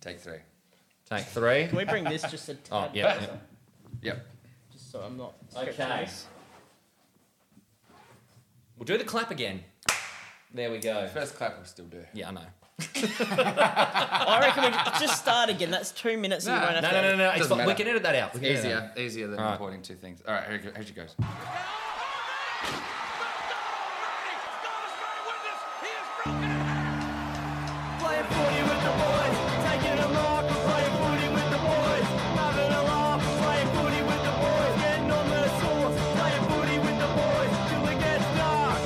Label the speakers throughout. Speaker 1: Take three.
Speaker 2: Take three.
Speaker 3: Can we bring this just a
Speaker 2: Oh,
Speaker 3: tad
Speaker 2: yeah.
Speaker 3: closer?
Speaker 1: Yep.
Speaker 3: Just so I'm not.
Speaker 2: yeah. Okay. We'll do the clap again. There we go.
Speaker 1: First clap we'll still do.
Speaker 2: Yeah, I know.
Speaker 3: Oh, I reckon we just start again. That's two minutes. and you
Speaker 1: No,
Speaker 3: won't
Speaker 2: No,
Speaker 3: have
Speaker 2: no,
Speaker 3: to
Speaker 2: no, no. no. It's
Speaker 1: Doesn't
Speaker 2: fine. we
Speaker 1: matter.
Speaker 2: can edit that out. We can edit that out.
Speaker 1: Easier, easier than
Speaker 2: Alright.
Speaker 1: importing two things. All right, here, it go- here she goes.
Speaker 4: Playing footy with the boys, taking a mark, playing footy with the boys, having a laugh, playing footy with the boys, getting on the source, playing footy with the boys, till it gets dark.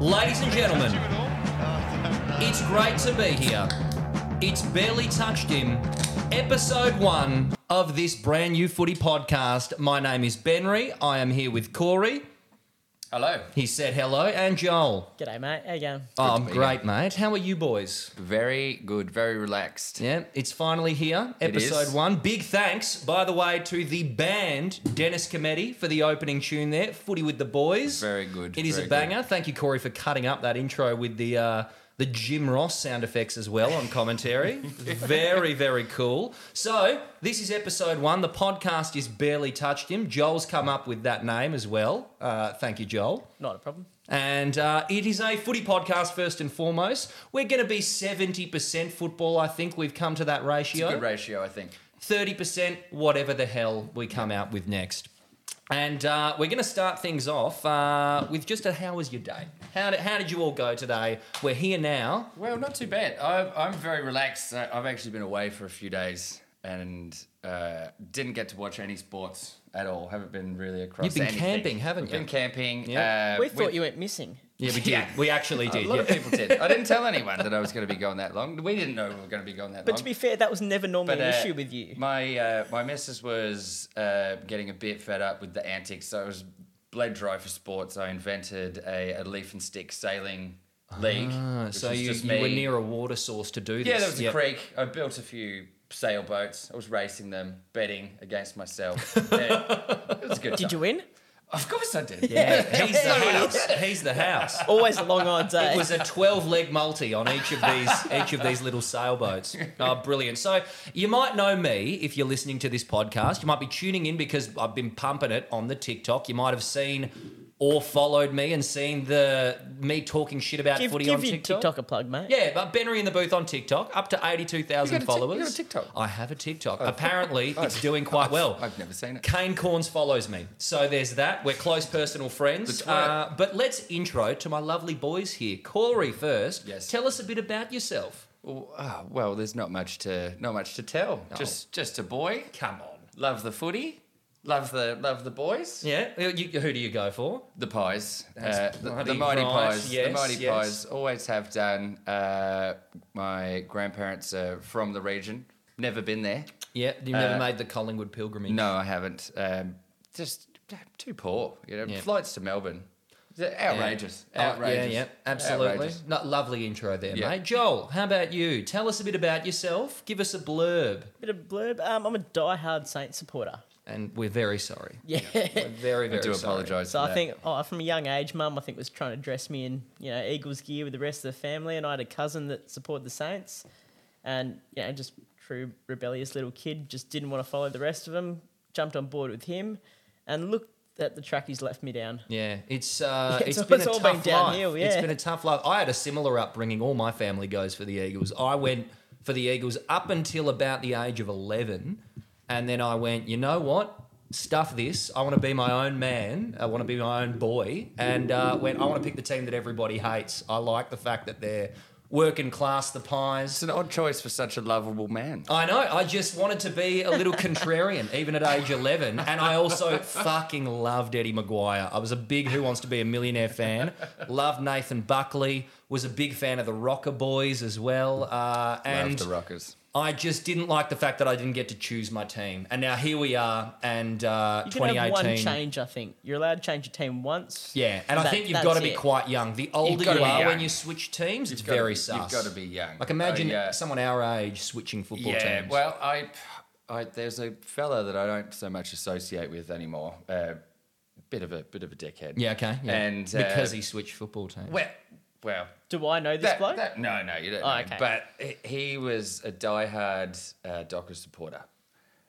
Speaker 2: Ladies and gentlemen, it's great to be here. It's Barely Touched Him, episode one of this brand new footy podcast. My name is Benry. I am here with Corey.
Speaker 1: Hello.
Speaker 2: He said hello, and Joel.
Speaker 3: G'day, mate. How you going?
Speaker 2: Oh, I'm
Speaker 1: to be
Speaker 2: great, mate. How are you boys?
Speaker 1: Very good, very relaxed.
Speaker 2: Yeah, it's finally here,
Speaker 1: It is.
Speaker 2: episode one. Big thanks, by the way, to the band Dennis Cometti for the opening tune there, Footy with the Boys.
Speaker 1: Very good,
Speaker 2: It is
Speaker 1: very
Speaker 2: a
Speaker 1: good.
Speaker 2: banger. Thank you, Corey, for cutting up that intro with the uh, the Jim Ross sound effects as well on commentary. very, very cool. So this is episode one. The podcast is barely touched him. Joel's come up with that name as well. Uh, thank you, Joel.
Speaker 3: Not a problem.
Speaker 2: And uh, it is a footy podcast first and foremost. We're going to be 70% football, I think. We've come to that ratio.
Speaker 1: Good ratio, I think.
Speaker 2: 30%, whatever the hell we come out with next. And uh, we're going to start things off uh, with just a how was your day? How did, how did you all go today? We're here now.
Speaker 1: Well, not too bad. I've, I'm very relaxed. I- I've actually been away for a few days and uh, didn't get to watch any sports at all. Haven't been really across.
Speaker 2: You've been
Speaker 1: anything.
Speaker 2: camping, haven't
Speaker 1: We've
Speaker 2: you?
Speaker 1: Been camping.
Speaker 2: Yeah.
Speaker 1: uh,
Speaker 3: We thought
Speaker 1: with-
Speaker 3: you went missing.
Speaker 2: Yeah, we did.
Speaker 1: Yeah.
Speaker 2: We actually
Speaker 1: A
Speaker 2: did.
Speaker 1: lot of
Speaker 2: yeah.
Speaker 1: people did. I didn't tell anyone that I was going to be going that long. We didn't know we were going to be going that
Speaker 3: But
Speaker 1: long.
Speaker 3: to be fair, that was never normally an
Speaker 1: uh,
Speaker 3: issue with you.
Speaker 1: My uh, my missus was uh, getting a bit fed up with the antics, so I was bled dry for sports. I invented a, a leaf and stick sailing league.
Speaker 2: Ah,
Speaker 1: which
Speaker 2: so
Speaker 1: was
Speaker 2: you,
Speaker 1: just
Speaker 2: you
Speaker 1: me.
Speaker 2: were near a water source to do this.
Speaker 1: Yeah, there was a
Speaker 2: Yep.
Speaker 1: creek. I built a few sailboats. I was racing them, betting against myself. Yeah, it was a good.
Speaker 3: Did you
Speaker 1: time.
Speaker 3: win?
Speaker 1: Of course I did.
Speaker 2: Yeah, he's the house. He's the house.
Speaker 3: Always a long odds. Eh?
Speaker 2: It was a 12 leg multi on each of these each of these little sailboats. Oh, brilliant. So, you might know me if you're listening to this podcast. You might be tuning in because I've been pumping it on the TikTok. You might have seen or followed me and seen the me talking shit about
Speaker 3: give
Speaker 2: footy
Speaker 3: give
Speaker 2: on
Speaker 3: your
Speaker 2: TikTok.
Speaker 3: TikTok a plug, mate.
Speaker 2: Yeah, but Bennery in the booth on TikTok, up to
Speaker 1: You
Speaker 2: 82,000
Speaker 1: got a Tik-
Speaker 2: followers.
Speaker 1: you got a TikTok? Oh.
Speaker 2: I have a TikTok. Apparently, it's doing quite well.
Speaker 1: I've never seen it.
Speaker 2: Kane Corns follows me. So there's that. We're close personal friends.
Speaker 1: The twerp.
Speaker 2: Uh, but let's intro to my lovely boys here. Corey first.
Speaker 1: Yes.
Speaker 2: Tell us a bit about yourself.
Speaker 1: Well, ah, well, there's not much to not much to tell. Just just a boy.
Speaker 2: Come on.
Speaker 1: Love the footy. Love the love the boys.
Speaker 2: Yeah. Uh, you- who do you go for?
Speaker 1: The pies, uh,
Speaker 2: That's
Speaker 1: the,
Speaker 2: bloody
Speaker 1: the mighty
Speaker 2: right,
Speaker 1: pies, the
Speaker 2: yes,
Speaker 1: mighty
Speaker 2: yes.
Speaker 1: pies. Always have done. Uh, my grandparents are from the region. Never been there.
Speaker 2: Yeah. You never made the Collingwood pilgrimage.
Speaker 1: No, I haven't. Um, just too poor. You know,
Speaker 2: Yeah.
Speaker 1: flights to Melbourne. It's Outrageous.
Speaker 2: Oh,
Speaker 1: Outrageous.
Speaker 2: yeah, yeah, absolutely.
Speaker 1: Outrageous.
Speaker 2: No, lovely intro there,
Speaker 1: Yeah.
Speaker 2: mate. Joel, how about you? Tell us a bit about yourself. Give us a blurb.
Speaker 3: Bit of blurb. Um, I'm a die-hard Saint supporter.
Speaker 2: And we're very sorry.
Speaker 3: Yeah.
Speaker 2: We're very, very
Speaker 1: I do
Speaker 2: sorry.
Speaker 1: apologise.
Speaker 3: So
Speaker 1: for
Speaker 3: I
Speaker 1: that.
Speaker 3: think, oh, from a young age, mum, I think was trying to dress me in, you know, Eagles gear with the rest of the family, and I had a cousin that supported the Saints, and you know, just true rebellious little kid, just didn't want to follow the rest of them. Jumped on board with him, and looked at the track he's left me down.
Speaker 2: Yeah, it's uh,
Speaker 3: It's
Speaker 2: it's been
Speaker 3: all-
Speaker 2: a
Speaker 3: it's all
Speaker 2: tough
Speaker 3: been downhill,
Speaker 2: life.
Speaker 3: yeah.
Speaker 2: It's been a tough life. I had a similar upbringing. All my family goes for the Eagles. I went for the Eagles up until about the age of eleven, and then I went. You know what? Stuff this. I want to be my own man. I want to be my own boy. And uh, went. I want to pick the team that everybody hates. I like the fact that they're working class. The pies.
Speaker 1: it's an odd choice for such a lovable man.
Speaker 2: I know. I just wanted to be a little contrarian, even at age 11. And I also fucking loved Eddie Maguire. I was a big Who Wants to Be a Millionaire fan. Loved Nathan Buckley. Was a big fan of the Rocker Boys as well. Uh, and
Speaker 1: Love the Rockers.
Speaker 2: I just didn't like the fact that I didn't get to choose my team. And now here we are, and uh,
Speaker 3: You can
Speaker 2: 2018.
Speaker 3: have one change, I think. You're allowed to change your team once.
Speaker 2: Yeah, and I
Speaker 3: That-
Speaker 2: think you've
Speaker 3: that's
Speaker 2: got to be
Speaker 3: it.
Speaker 2: quite young. The older you
Speaker 1: gotta be
Speaker 2: are when
Speaker 1: young.
Speaker 2: you switch teams, it's
Speaker 1: You've gotta
Speaker 2: very
Speaker 1: be-
Speaker 2: sus.
Speaker 1: You've got to be young.
Speaker 2: Like imagine
Speaker 1: I, uh,
Speaker 2: someone our age switching football
Speaker 1: yeah,
Speaker 2: teams.
Speaker 1: well, I, I there's a fella that I don't so much associate with anymore. Uh, bit of a bit of a dickhead.
Speaker 2: Yeah, okay. Yeah.
Speaker 1: And
Speaker 2: because
Speaker 1: uh,
Speaker 2: he switched football team.
Speaker 1: well, well,
Speaker 3: Do I know this
Speaker 1: that,
Speaker 3: bloke?
Speaker 1: that- no, no, you don't.
Speaker 3: Oh,
Speaker 1: know.
Speaker 3: okay.
Speaker 1: But he- he was a diehard uh, Dockers supporter,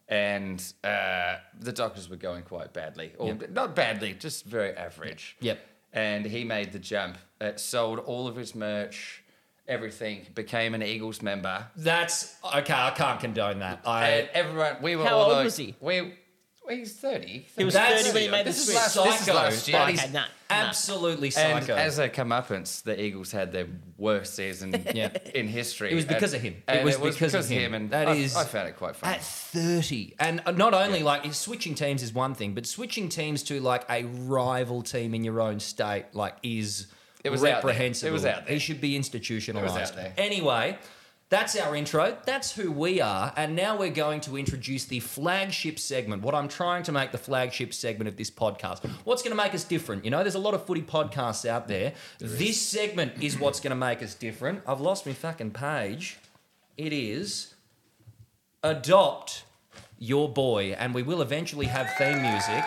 Speaker 1: and uh, the Dockers were going quite badly, or not badly, just very average.
Speaker 2: Yep.
Speaker 1: And he made the jump. It sold all of his merch, everything. Became an Eagles member.
Speaker 2: That's okay. I can't condone that.
Speaker 1: And
Speaker 2: I
Speaker 1: everyone, we were
Speaker 3: How
Speaker 1: all
Speaker 3: old
Speaker 1: like-
Speaker 3: was he?
Speaker 1: We, he's 30.
Speaker 3: He was
Speaker 2: That's-
Speaker 3: 30 when he made
Speaker 1: this
Speaker 3: the
Speaker 1: is last-
Speaker 3: switch.
Speaker 1: this is
Speaker 2: Psycho.
Speaker 1: last year.
Speaker 2: Like,
Speaker 1: He's-
Speaker 3: okay, nah, nah.
Speaker 2: absolutely
Speaker 1: And
Speaker 2: psycho.
Speaker 1: as a comeuppance, the Eagles had their worst season
Speaker 2: Yeah.
Speaker 1: in history.
Speaker 2: It was because
Speaker 1: And-
Speaker 2: of him.
Speaker 1: and
Speaker 2: It was because of him.
Speaker 1: and
Speaker 2: That
Speaker 1: I,
Speaker 2: is-
Speaker 1: I found it quite funny.
Speaker 2: at 30 and uh, not only like switching teams is one thing but switching teams to like a rival team in your own state like is
Speaker 1: It was out there. It
Speaker 2: reprehensible
Speaker 1: was out there.
Speaker 2: he should be institutionalized
Speaker 1: It was out there.
Speaker 2: anyway that's our intro that's who we are and now we're going to introduce the flagship segment what i'm trying to make the flagship segment of this podcast what's going to make us different you know there's a lot of footy podcasts out there, this segment is what's going to make us different i've lost my fucking page it is adopt your boy, and we will eventually have theme music.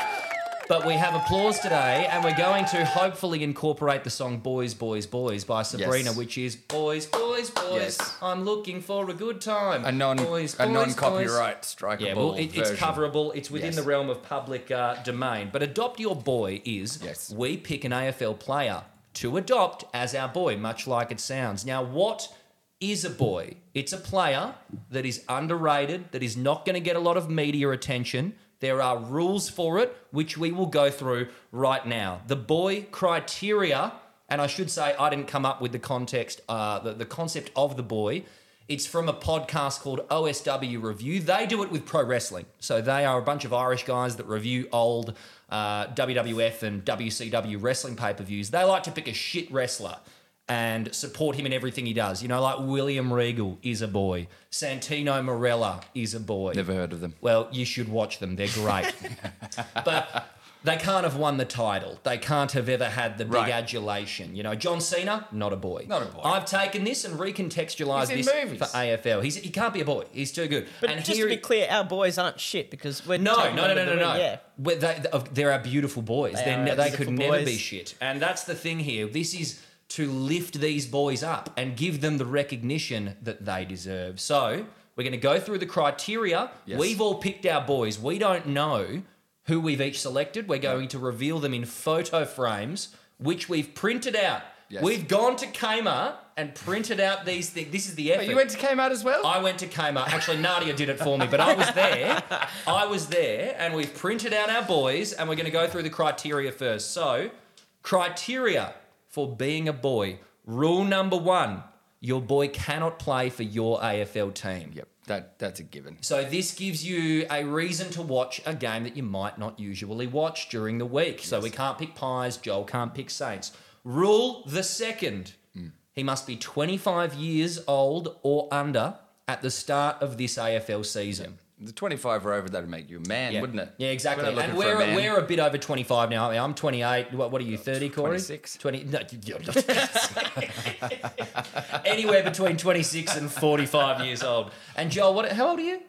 Speaker 2: But we have applause today, and we're going to hopefully incorporate the song Boys, Boys, Boys by Sabrina,
Speaker 1: Yes.
Speaker 2: which is Boys, Boys, Boys,
Speaker 1: Yes.
Speaker 2: I'm looking for a good time.
Speaker 1: a non
Speaker 2: Boys,
Speaker 1: a
Speaker 2: boys,
Speaker 1: non
Speaker 2: boys.
Speaker 1: copyright strikeable
Speaker 2: Yeah, well, it, it's
Speaker 1: version.
Speaker 2: coverable. It's within
Speaker 1: Yes.
Speaker 2: the realm of public uh, domain. But adopt your boy is
Speaker 1: Yes.
Speaker 2: we pick an AFL player to adopt as our boy, much like it sounds. Now, what is a boy? It's a player that is underrated, that is not going to get a lot of media attention. There are rules for it, which we will go through right now. The boy criteria, and I should say I didn't come up with the context, uh, the, the concept of the boy. It's from a podcast called OSW Review. They do it with pro wrestling. So they are a bunch of Irish guys that review old uh, WWF and WCW wrestling pay per views. They like to pick a shit wrestler and support him in everything he does. You know, like William Regal is a boy, Santino Morella is a boy.
Speaker 1: Never heard of them.
Speaker 2: Well, you should watch them. They're great. but they can't have won the title. They can't have ever had the big
Speaker 1: Right.
Speaker 2: adulation. You know, John Cena, not a boy.
Speaker 1: Not a boy.
Speaker 2: I've taken this and
Speaker 1: He's
Speaker 2: recontextualized
Speaker 1: in
Speaker 2: this
Speaker 1: movies.
Speaker 2: for AFL. He's, he can't be a boy. He's too good.
Speaker 3: But just to be clear, our boys aren't shit because we're
Speaker 2: No,
Speaker 3: taking
Speaker 2: no, no,
Speaker 3: them
Speaker 2: no,
Speaker 3: to
Speaker 2: no,
Speaker 3: the
Speaker 2: no.
Speaker 3: win, Yeah.
Speaker 2: Well, they, they're our beautiful boys.
Speaker 3: They
Speaker 2: They,
Speaker 3: are
Speaker 2: ne-
Speaker 3: our
Speaker 2: they could
Speaker 3: beautiful
Speaker 2: never be
Speaker 3: boys.
Speaker 2: shit. And that's the thing here. This is to lift these boys up and give them the recognition that they deserve. So we're going to go through the criteria.
Speaker 1: Yes.
Speaker 2: We've all picked our boys. We don't know who we've each selected. We're going to reveal them in photo frames, which we've printed out.
Speaker 1: Yes.
Speaker 2: We've gone to Kmart and printed out these things. This is the effort.
Speaker 1: But you went to Kmart as well.
Speaker 2: I went to Kmart. Actually, Nadia did it for me, but I was there. I was there, and we've printed out our boys, and we're going to go through the criteria first. So, criteria for being a boy. Rule number one your boy cannot play for your AFL team.
Speaker 1: yep, that that's a given.
Speaker 2: So, this gives you a reason to watch a game that you might not usually watch during the week. So, we can't pick Pies, Joel can't pick Saints. Rule the second
Speaker 1: Mm.
Speaker 2: he must be 25 years old or under at the start of this AFL season.
Speaker 1: The twenty-five were over. That'd make you a man,
Speaker 2: Yeah.
Speaker 1: wouldn't it?
Speaker 2: Yeah, exactly.
Speaker 1: We're not
Speaker 2: and
Speaker 1: looking for
Speaker 2: we're
Speaker 1: a
Speaker 2: a,
Speaker 1: man.
Speaker 2: we're a bit over 25 now. I mean, I'm 28. What, what are you, 30, Corey?
Speaker 1: 26.
Speaker 2: 20, no, you're not- Anywhere between 26 and 45 years old. And Joel, what, how old are you?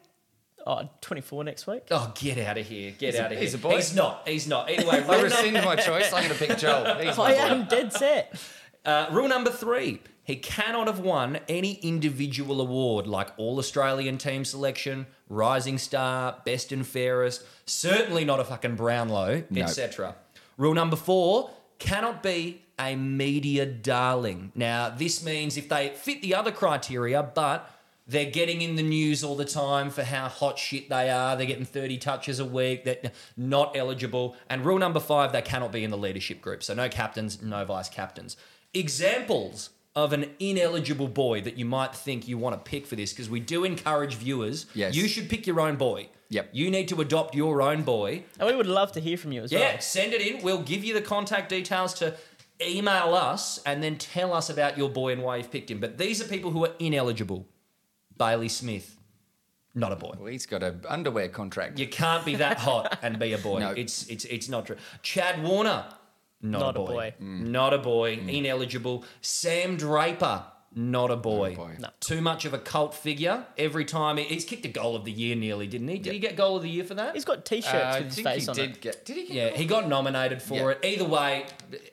Speaker 3: Oh, 24 next week.
Speaker 2: Oh, get out of here. Get
Speaker 1: He's a-
Speaker 2: out of here.
Speaker 1: he's a boy.
Speaker 2: He's not. He's not. Either way,
Speaker 1: I
Speaker 2: rule, num-
Speaker 1: rescind my choice. I'm going to pick Joel. He's
Speaker 3: I
Speaker 1: my boy.
Speaker 3: am dead set.
Speaker 2: uh, rule number three he cannot have won any individual award like All Australian Team Selection, Rising Star, Best and Fairest, certainly not a fucking Brownlow,
Speaker 1: No.
Speaker 2: etc. Rule number four cannot be a media darling. Now, this means if they fit the other criteria, but they're getting in the news all the time for how hot shit they are. They're getting 30 touches a week. They're not eligible. And rule number five, they cannot be in the leadership group. So no captains, no vice captains. Examples of an ineligible boy that you might think you want to pick for this, because we do encourage viewers.
Speaker 1: Yes.
Speaker 2: You should pick your own boy.
Speaker 1: Yep.
Speaker 2: You need to adopt your own boy.
Speaker 3: And we would love to hear from you as
Speaker 2: Yeah,
Speaker 3: well.
Speaker 2: send it in. We'll give you the contact details to email us and then tell us about your boy and why you've picked him. But these are people who are ineligible. Bailey Smith, not a boy.
Speaker 1: Well, he's got an underwear contract.
Speaker 2: You can't be that hot and be a boy.
Speaker 1: No.
Speaker 2: It's it's it's not true. Chad Warner, not,
Speaker 3: Not
Speaker 2: a
Speaker 3: a
Speaker 2: boy. Mm.
Speaker 3: boy.
Speaker 2: Not a boy. Ineligible. Sam Draper, Not a boy.
Speaker 1: boy.
Speaker 3: No.
Speaker 2: Too much of a cult figure. Every time he, he's kicked a goal of the year, nearly didn't he? Did he get goal of the year for that?
Speaker 3: He's got t-shirts
Speaker 1: Uh, I
Speaker 3: with his
Speaker 1: think
Speaker 3: face
Speaker 1: he
Speaker 3: on
Speaker 1: did
Speaker 3: it.
Speaker 1: get. Did he? Get
Speaker 2: yeah, he got nominated for
Speaker 1: Yeah.
Speaker 2: it. Either way,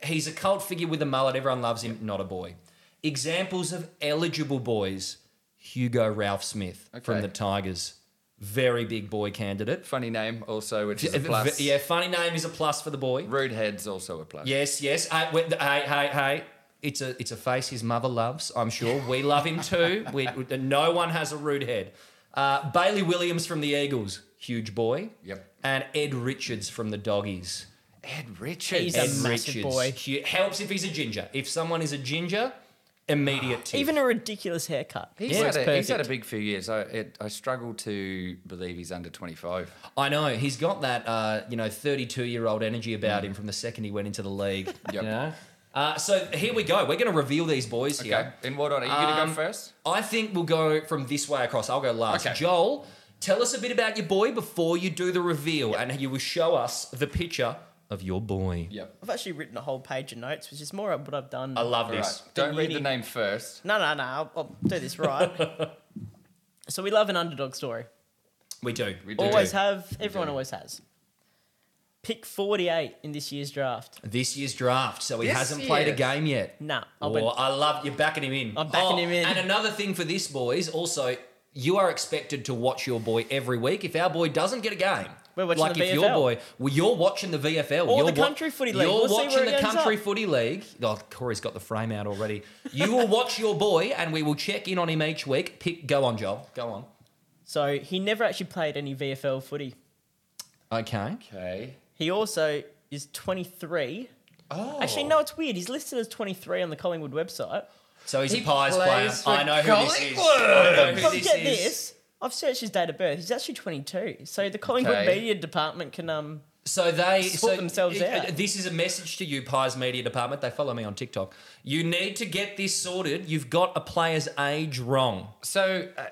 Speaker 2: he's a cult figure with a mullet. Everyone loves him. Not a boy. Examples of eligible boys: Hugo Ralph Smith from
Speaker 1: Okay.
Speaker 2: the Tigers, very big boy candidate.
Speaker 1: funny name also, which is a
Speaker 2: V-
Speaker 1: plus.
Speaker 2: Yeah, funny name is a plus for the boy.
Speaker 1: Rude head's also a plus.
Speaker 2: Yes, yes. I, we, hey, hey, hey. It's a it's a face his mother loves. I'm sure we love him too. We, we- no one has a rude head. Uh, Bailey Williams from the Eagles, huge boy.
Speaker 1: Yep.
Speaker 2: And Ed Richards from the Doggies.
Speaker 1: Ed Richards.
Speaker 3: He's a
Speaker 2: Ed
Speaker 3: massive boy.
Speaker 2: hu- helps if he's a ginger. If someone is a ginger, immediate tip.
Speaker 3: Even a ridiculous haircut.
Speaker 1: He's,
Speaker 3: Looks
Speaker 1: had a, he's had a
Speaker 3: perfect.
Speaker 1: big few years. I it, I struggle to believe he's under 25.
Speaker 2: I know he's got that uh, you know 32 year old energy about him from the second he went into the league.
Speaker 1: Yep.
Speaker 2: You know? Uh, so here we go. We're going to reveal these boys
Speaker 1: Okay.
Speaker 2: here.
Speaker 1: In what order? Are you going to
Speaker 2: Um,
Speaker 1: go first?
Speaker 2: I think we'll go from this way across. I'll go last.
Speaker 1: Okay.
Speaker 2: Joel, tell us a bit about your boy before you do the reveal, and you will show us the picture of your boy.
Speaker 1: Yep.
Speaker 3: I've actually written a whole page of notes, which is more of what I've done.
Speaker 2: I love
Speaker 1: All right.
Speaker 2: this.
Speaker 1: Don't read
Speaker 3: uni-
Speaker 1: the name first.
Speaker 3: No, no, no. I'll, I'll do this right. so we love an underdog story.
Speaker 2: We do.
Speaker 1: We do.
Speaker 3: Always have. Everyone
Speaker 1: do.
Speaker 3: always has. Pick 48 in this year's draft.
Speaker 2: This year's draft, so he
Speaker 1: This
Speaker 2: hasn't played a
Speaker 1: year's.
Speaker 2: game yet.
Speaker 3: Nah,
Speaker 2: Oh,
Speaker 3: I'll be-
Speaker 2: I love you're backing him in. Oh,
Speaker 3: I'm backing him in.
Speaker 2: And another thing for this, boys, also. You are expected to watch your boy every week. If our boy doesn't get a game,
Speaker 3: We're watching
Speaker 2: like
Speaker 3: the
Speaker 2: if
Speaker 3: VFL.
Speaker 2: your boy, well, you're watching the VFL
Speaker 3: Or
Speaker 2: you're
Speaker 3: the Country Footy League.
Speaker 2: You're
Speaker 3: We'll see where
Speaker 2: watching
Speaker 3: it
Speaker 2: the
Speaker 3: ends
Speaker 2: Country
Speaker 3: up.
Speaker 2: Footy League. Oh, Corey's got the frame out already. You will watch your boy, and we will check in on him each week. Pick, go on, Joel, go on.
Speaker 3: So he never actually played any VFL footy.
Speaker 2: Okay.
Speaker 1: Okay.
Speaker 3: He also is 23.
Speaker 1: Oh.
Speaker 3: Actually, no, it's weird. He's listed as 23 on the Collingwood website.
Speaker 2: So he's
Speaker 1: He
Speaker 2: a Pies player.
Speaker 1: plays for
Speaker 2: I know who this is.
Speaker 1: Collingwood.
Speaker 2: I know who
Speaker 3: But
Speaker 2: this
Speaker 3: get
Speaker 2: is.
Speaker 3: this. I've searched his date of birth. He's actually 22. So the Collingwood
Speaker 1: Okay.
Speaker 3: media department can um.
Speaker 2: So they
Speaker 3: Sort
Speaker 2: so
Speaker 3: themselves
Speaker 2: uh,
Speaker 3: out.
Speaker 2: This is a message to you, Pies Media Department. They follow me on TikTok. You need to get this sorted. You've got a player's age wrong.
Speaker 1: So, uh,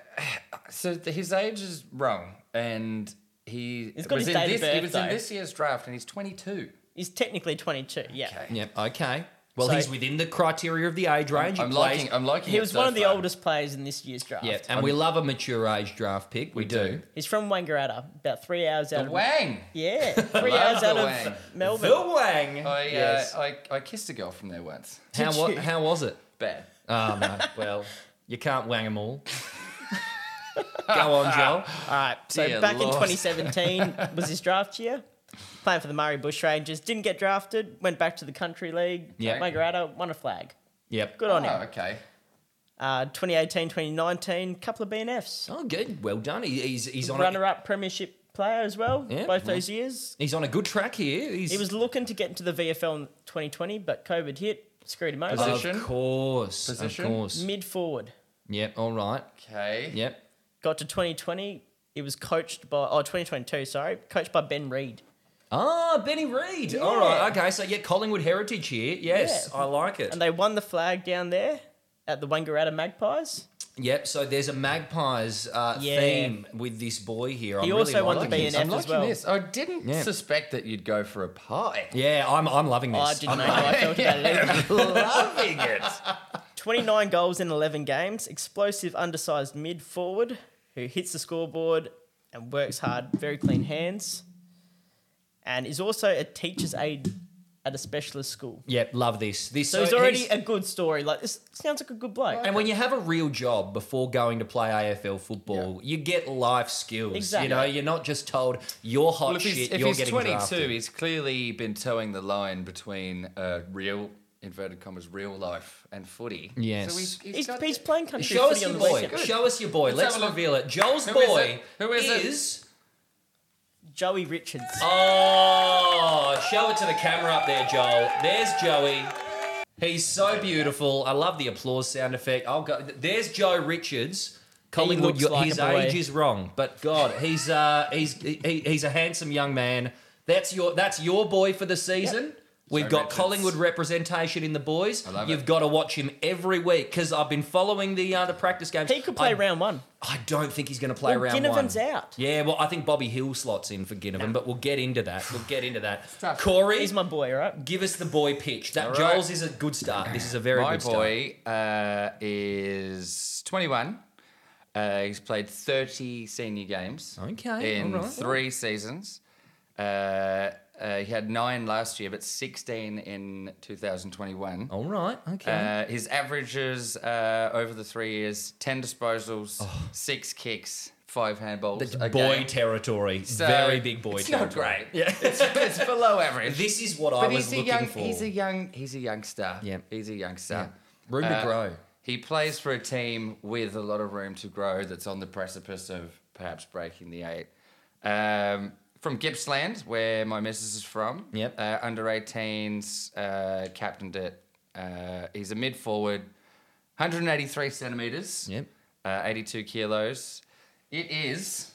Speaker 1: so th- his age is wrong, and he
Speaker 3: He's got
Speaker 1: was
Speaker 3: his
Speaker 1: in
Speaker 3: date of
Speaker 1: this. he
Speaker 3: birth,
Speaker 1: was in
Speaker 3: though.
Speaker 1: this year's draft, and he's 22.
Speaker 3: He's technically 22. Yeah.
Speaker 1: Okay.
Speaker 2: Yep. Okay. Well,
Speaker 3: So-
Speaker 2: he's within the criteria of the age range. He
Speaker 1: I'm
Speaker 2: plays-
Speaker 1: liking. I'm liking.
Speaker 3: He
Speaker 1: it
Speaker 3: was
Speaker 1: so
Speaker 3: one of the
Speaker 1: far.
Speaker 3: oldest players in this year's draft.
Speaker 2: Yeah, and we love a mature age draft pick. We,
Speaker 1: We
Speaker 2: do.
Speaker 1: do.
Speaker 3: He's from Wangaratta, about three hours out
Speaker 1: The
Speaker 3: of
Speaker 1: Wang.
Speaker 3: yeah, three
Speaker 1: Love
Speaker 3: hours
Speaker 1: the
Speaker 3: out of
Speaker 1: Wang.
Speaker 3: Melbourne.
Speaker 2: The Wang.
Speaker 1: I, uh,
Speaker 2: Yes.
Speaker 1: I I kissed a girl from there once.
Speaker 2: how,
Speaker 3: Did
Speaker 2: wa-
Speaker 3: you?
Speaker 2: how was it?
Speaker 1: Bad.
Speaker 2: Oh, no. well, you can't wang them all. Go on, Joel.
Speaker 3: All right, so
Speaker 1: Dear
Speaker 3: back
Speaker 1: Lord.
Speaker 3: in 2017 was his draft year. Playing for the Murray Bush Rangers, didn't get drafted, went back to the Country League.
Speaker 2: Yeah.
Speaker 3: Wangaratta won a flag.
Speaker 2: Yep.
Speaker 3: Good on
Speaker 1: oh,
Speaker 3: him.
Speaker 1: okay.
Speaker 3: Uh, 2018, 2019, couple of BNFs.
Speaker 2: Oh, good. Well done. He, he's he's on a,
Speaker 3: Runner-up Premiership player as well.
Speaker 2: Yeah.
Speaker 3: both those years.
Speaker 2: he's on a good track here. He's,
Speaker 3: He was looking to get into the VFL in 2020, but COVID hit, screwed him over.
Speaker 1: Position.
Speaker 2: Of course.
Speaker 1: Position.
Speaker 2: Of course.
Speaker 3: Mid forward,
Speaker 2: Yep. All right.
Speaker 1: Okay.
Speaker 2: Yep.
Speaker 3: got to 2020. It was coached by oh 2022, sorry, coached by Ben Reed.
Speaker 2: Ah, Benny Reed. All right. Okay. So yeah, Collingwood heritage here. Yes,
Speaker 3: Yeah.
Speaker 2: I like it.
Speaker 3: And they won the flag down there at the Wangaratta Magpies.
Speaker 2: yep. So there's a Magpies uh,
Speaker 3: Yeah.
Speaker 2: theme with this boy here. I'm
Speaker 3: He
Speaker 2: really
Speaker 3: also won the
Speaker 2: liking
Speaker 3: BNF
Speaker 2: this.
Speaker 1: I'm
Speaker 3: as
Speaker 1: liking
Speaker 3: well.
Speaker 1: this. I didn't
Speaker 2: Yeah.
Speaker 1: suspect that you'd go for a pie.
Speaker 2: Yeah, I'm, I'm loving this.
Speaker 3: Oh, I didn't
Speaker 2: I'm
Speaker 3: know how I felt about it. either.
Speaker 2: loving it.
Speaker 3: 29 goals in 11 games, explosive, undersized mid forward who hits the scoreboard and works hard, very clean hands, and is also a teacher's aide at a specialist school.
Speaker 2: Yep, love this. This
Speaker 3: So, it's already a good story. Like this sounds like a good bloke.
Speaker 2: and when you have a real job before going to play AFL football, you get life skills.
Speaker 3: Exactly.
Speaker 2: You know, you're not just told you're hot
Speaker 1: Well, if
Speaker 2: shit.
Speaker 1: he's, if
Speaker 2: you're
Speaker 1: he's
Speaker 2: getting
Speaker 1: 22,
Speaker 2: drafted.
Speaker 1: he's clearly been towing the line between uh, real inverted commas real life and footy.
Speaker 2: Yes.
Speaker 1: So he's, he's
Speaker 3: he's,
Speaker 1: got-
Speaker 3: he's playing country
Speaker 2: Show us
Speaker 3: footy on
Speaker 2: your
Speaker 3: the
Speaker 2: boy.
Speaker 3: weekend.
Speaker 2: Show us your boy.
Speaker 1: Let's
Speaker 2: Let's,
Speaker 1: have a look.
Speaker 2: reveal it. Joel's
Speaker 1: Who is
Speaker 2: boy
Speaker 1: it? Who is it?
Speaker 2: is-
Speaker 3: Joey Richards.
Speaker 2: Oh, show it to the camera up there, Joel. There's Joey. He's so beautiful. I love the applause sound effect. I'll go. There's Joe Richards. Collingwood,
Speaker 3: looks
Speaker 2: your-
Speaker 3: like
Speaker 2: his
Speaker 3: a boy.
Speaker 2: age is wrong, but God, he's uh, he's he, he's a handsome young man. That's your that's your boy for the season. We've
Speaker 1: So
Speaker 2: got
Speaker 1: Redford's-
Speaker 2: Collingwood representation in the boys.
Speaker 1: I love
Speaker 2: You've
Speaker 1: it.
Speaker 2: got to watch him every week because I've been following the uh, the practice games.
Speaker 3: He could play
Speaker 2: I,
Speaker 3: round one.
Speaker 2: I don't think he's going to play
Speaker 3: Well,
Speaker 2: round
Speaker 3: Ginnivan's
Speaker 2: one.
Speaker 3: out.
Speaker 2: Yeah, well, I think Bobby Hill slots in for Ginnivan, but we'll get into that. We'll get into that.
Speaker 1: tough.
Speaker 2: Corey,
Speaker 3: He's my boy, right?
Speaker 2: give us the boy pitch. That
Speaker 1: All right.
Speaker 2: Joel's is a good start. This is a very
Speaker 1: My
Speaker 2: good start.
Speaker 1: boy uh, is 21. Uh, he's played 30 senior games.
Speaker 2: Okay,
Speaker 1: In
Speaker 2: all right.
Speaker 1: three seasons. Uh, uh, he had nine last year, but 16 in 2021.
Speaker 2: All right, okay.
Speaker 1: Uh, his averages uh, over the three years 10 disposals, six kicks, five handballs.
Speaker 2: That's
Speaker 1: a
Speaker 2: Oh. boy
Speaker 1: game.
Speaker 2: territory.
Speaker 1: Uh, So,
Speaker 2: very big boy
Speaker 1: It's not
Speaker 2: territory.
Speaker 1: great. Yeah. It's, it's below average.
Speaker 2: This is what I
Speaker 1: but
Speaker 2: was
Speaker 1: he's a
Speaker 2: looking
Speaker 1: young
Speaker 2: for.
Speaker 1: he's a young he's a youngster.
Speaker 2: Yeah.
Speaker 1: He's a youngster. Uh,
Speaker 2: Yeah. Room to grow.
Speaker 1: He plays for a team with a lot of room to grow that's on the precipice of perhaps breaking the eight. Um, from Gippsland, where my missus is from.
Speaker 2: Yep.
Speaker 1: Uh, under 18s, uh, captained it. Uh, he's a mid forward, 183 centimetres.
Speaker 2: Yep.
Speaker 1: Uh, 82 kilos. It is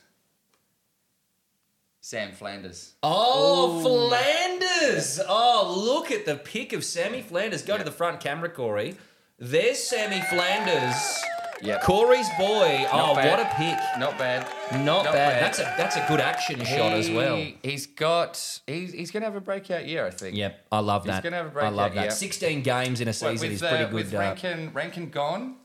Speaker 1: Sam Flanders.
Speaker 2: Oh, Flanders! Oh, look at the pick of Sammy Flanders. Go to the front camera, Corey. There's Sammy Flanders.
Speaker 1: Yep.
Speaker 2: Corey's boy. oh,
Speaker 1: bad.
Speaker 2: what a pick.
Speaker 1: Not bad.
Speaker 2: Not, bad. That's a that's a good action shot as well.
Speaker 1: He- He's got. He's, he's going to have a breakout year, I think.
Speaker 2: Yep, I love that.
Speaker 1: gonna have a
Speaker 2: I
Speaker 1: breakout,
Speaker 2: love that.
Speaker 1: yeah.
Speaker 2: 16 games in a
Speaker 1: But
Speaker 2: season is
Speaker 1: with,
Speaker 2: pretty
Speaker 1: uh, with
Speaker 2: good. uh,
Speaker 1: Rankin, Rankin gone.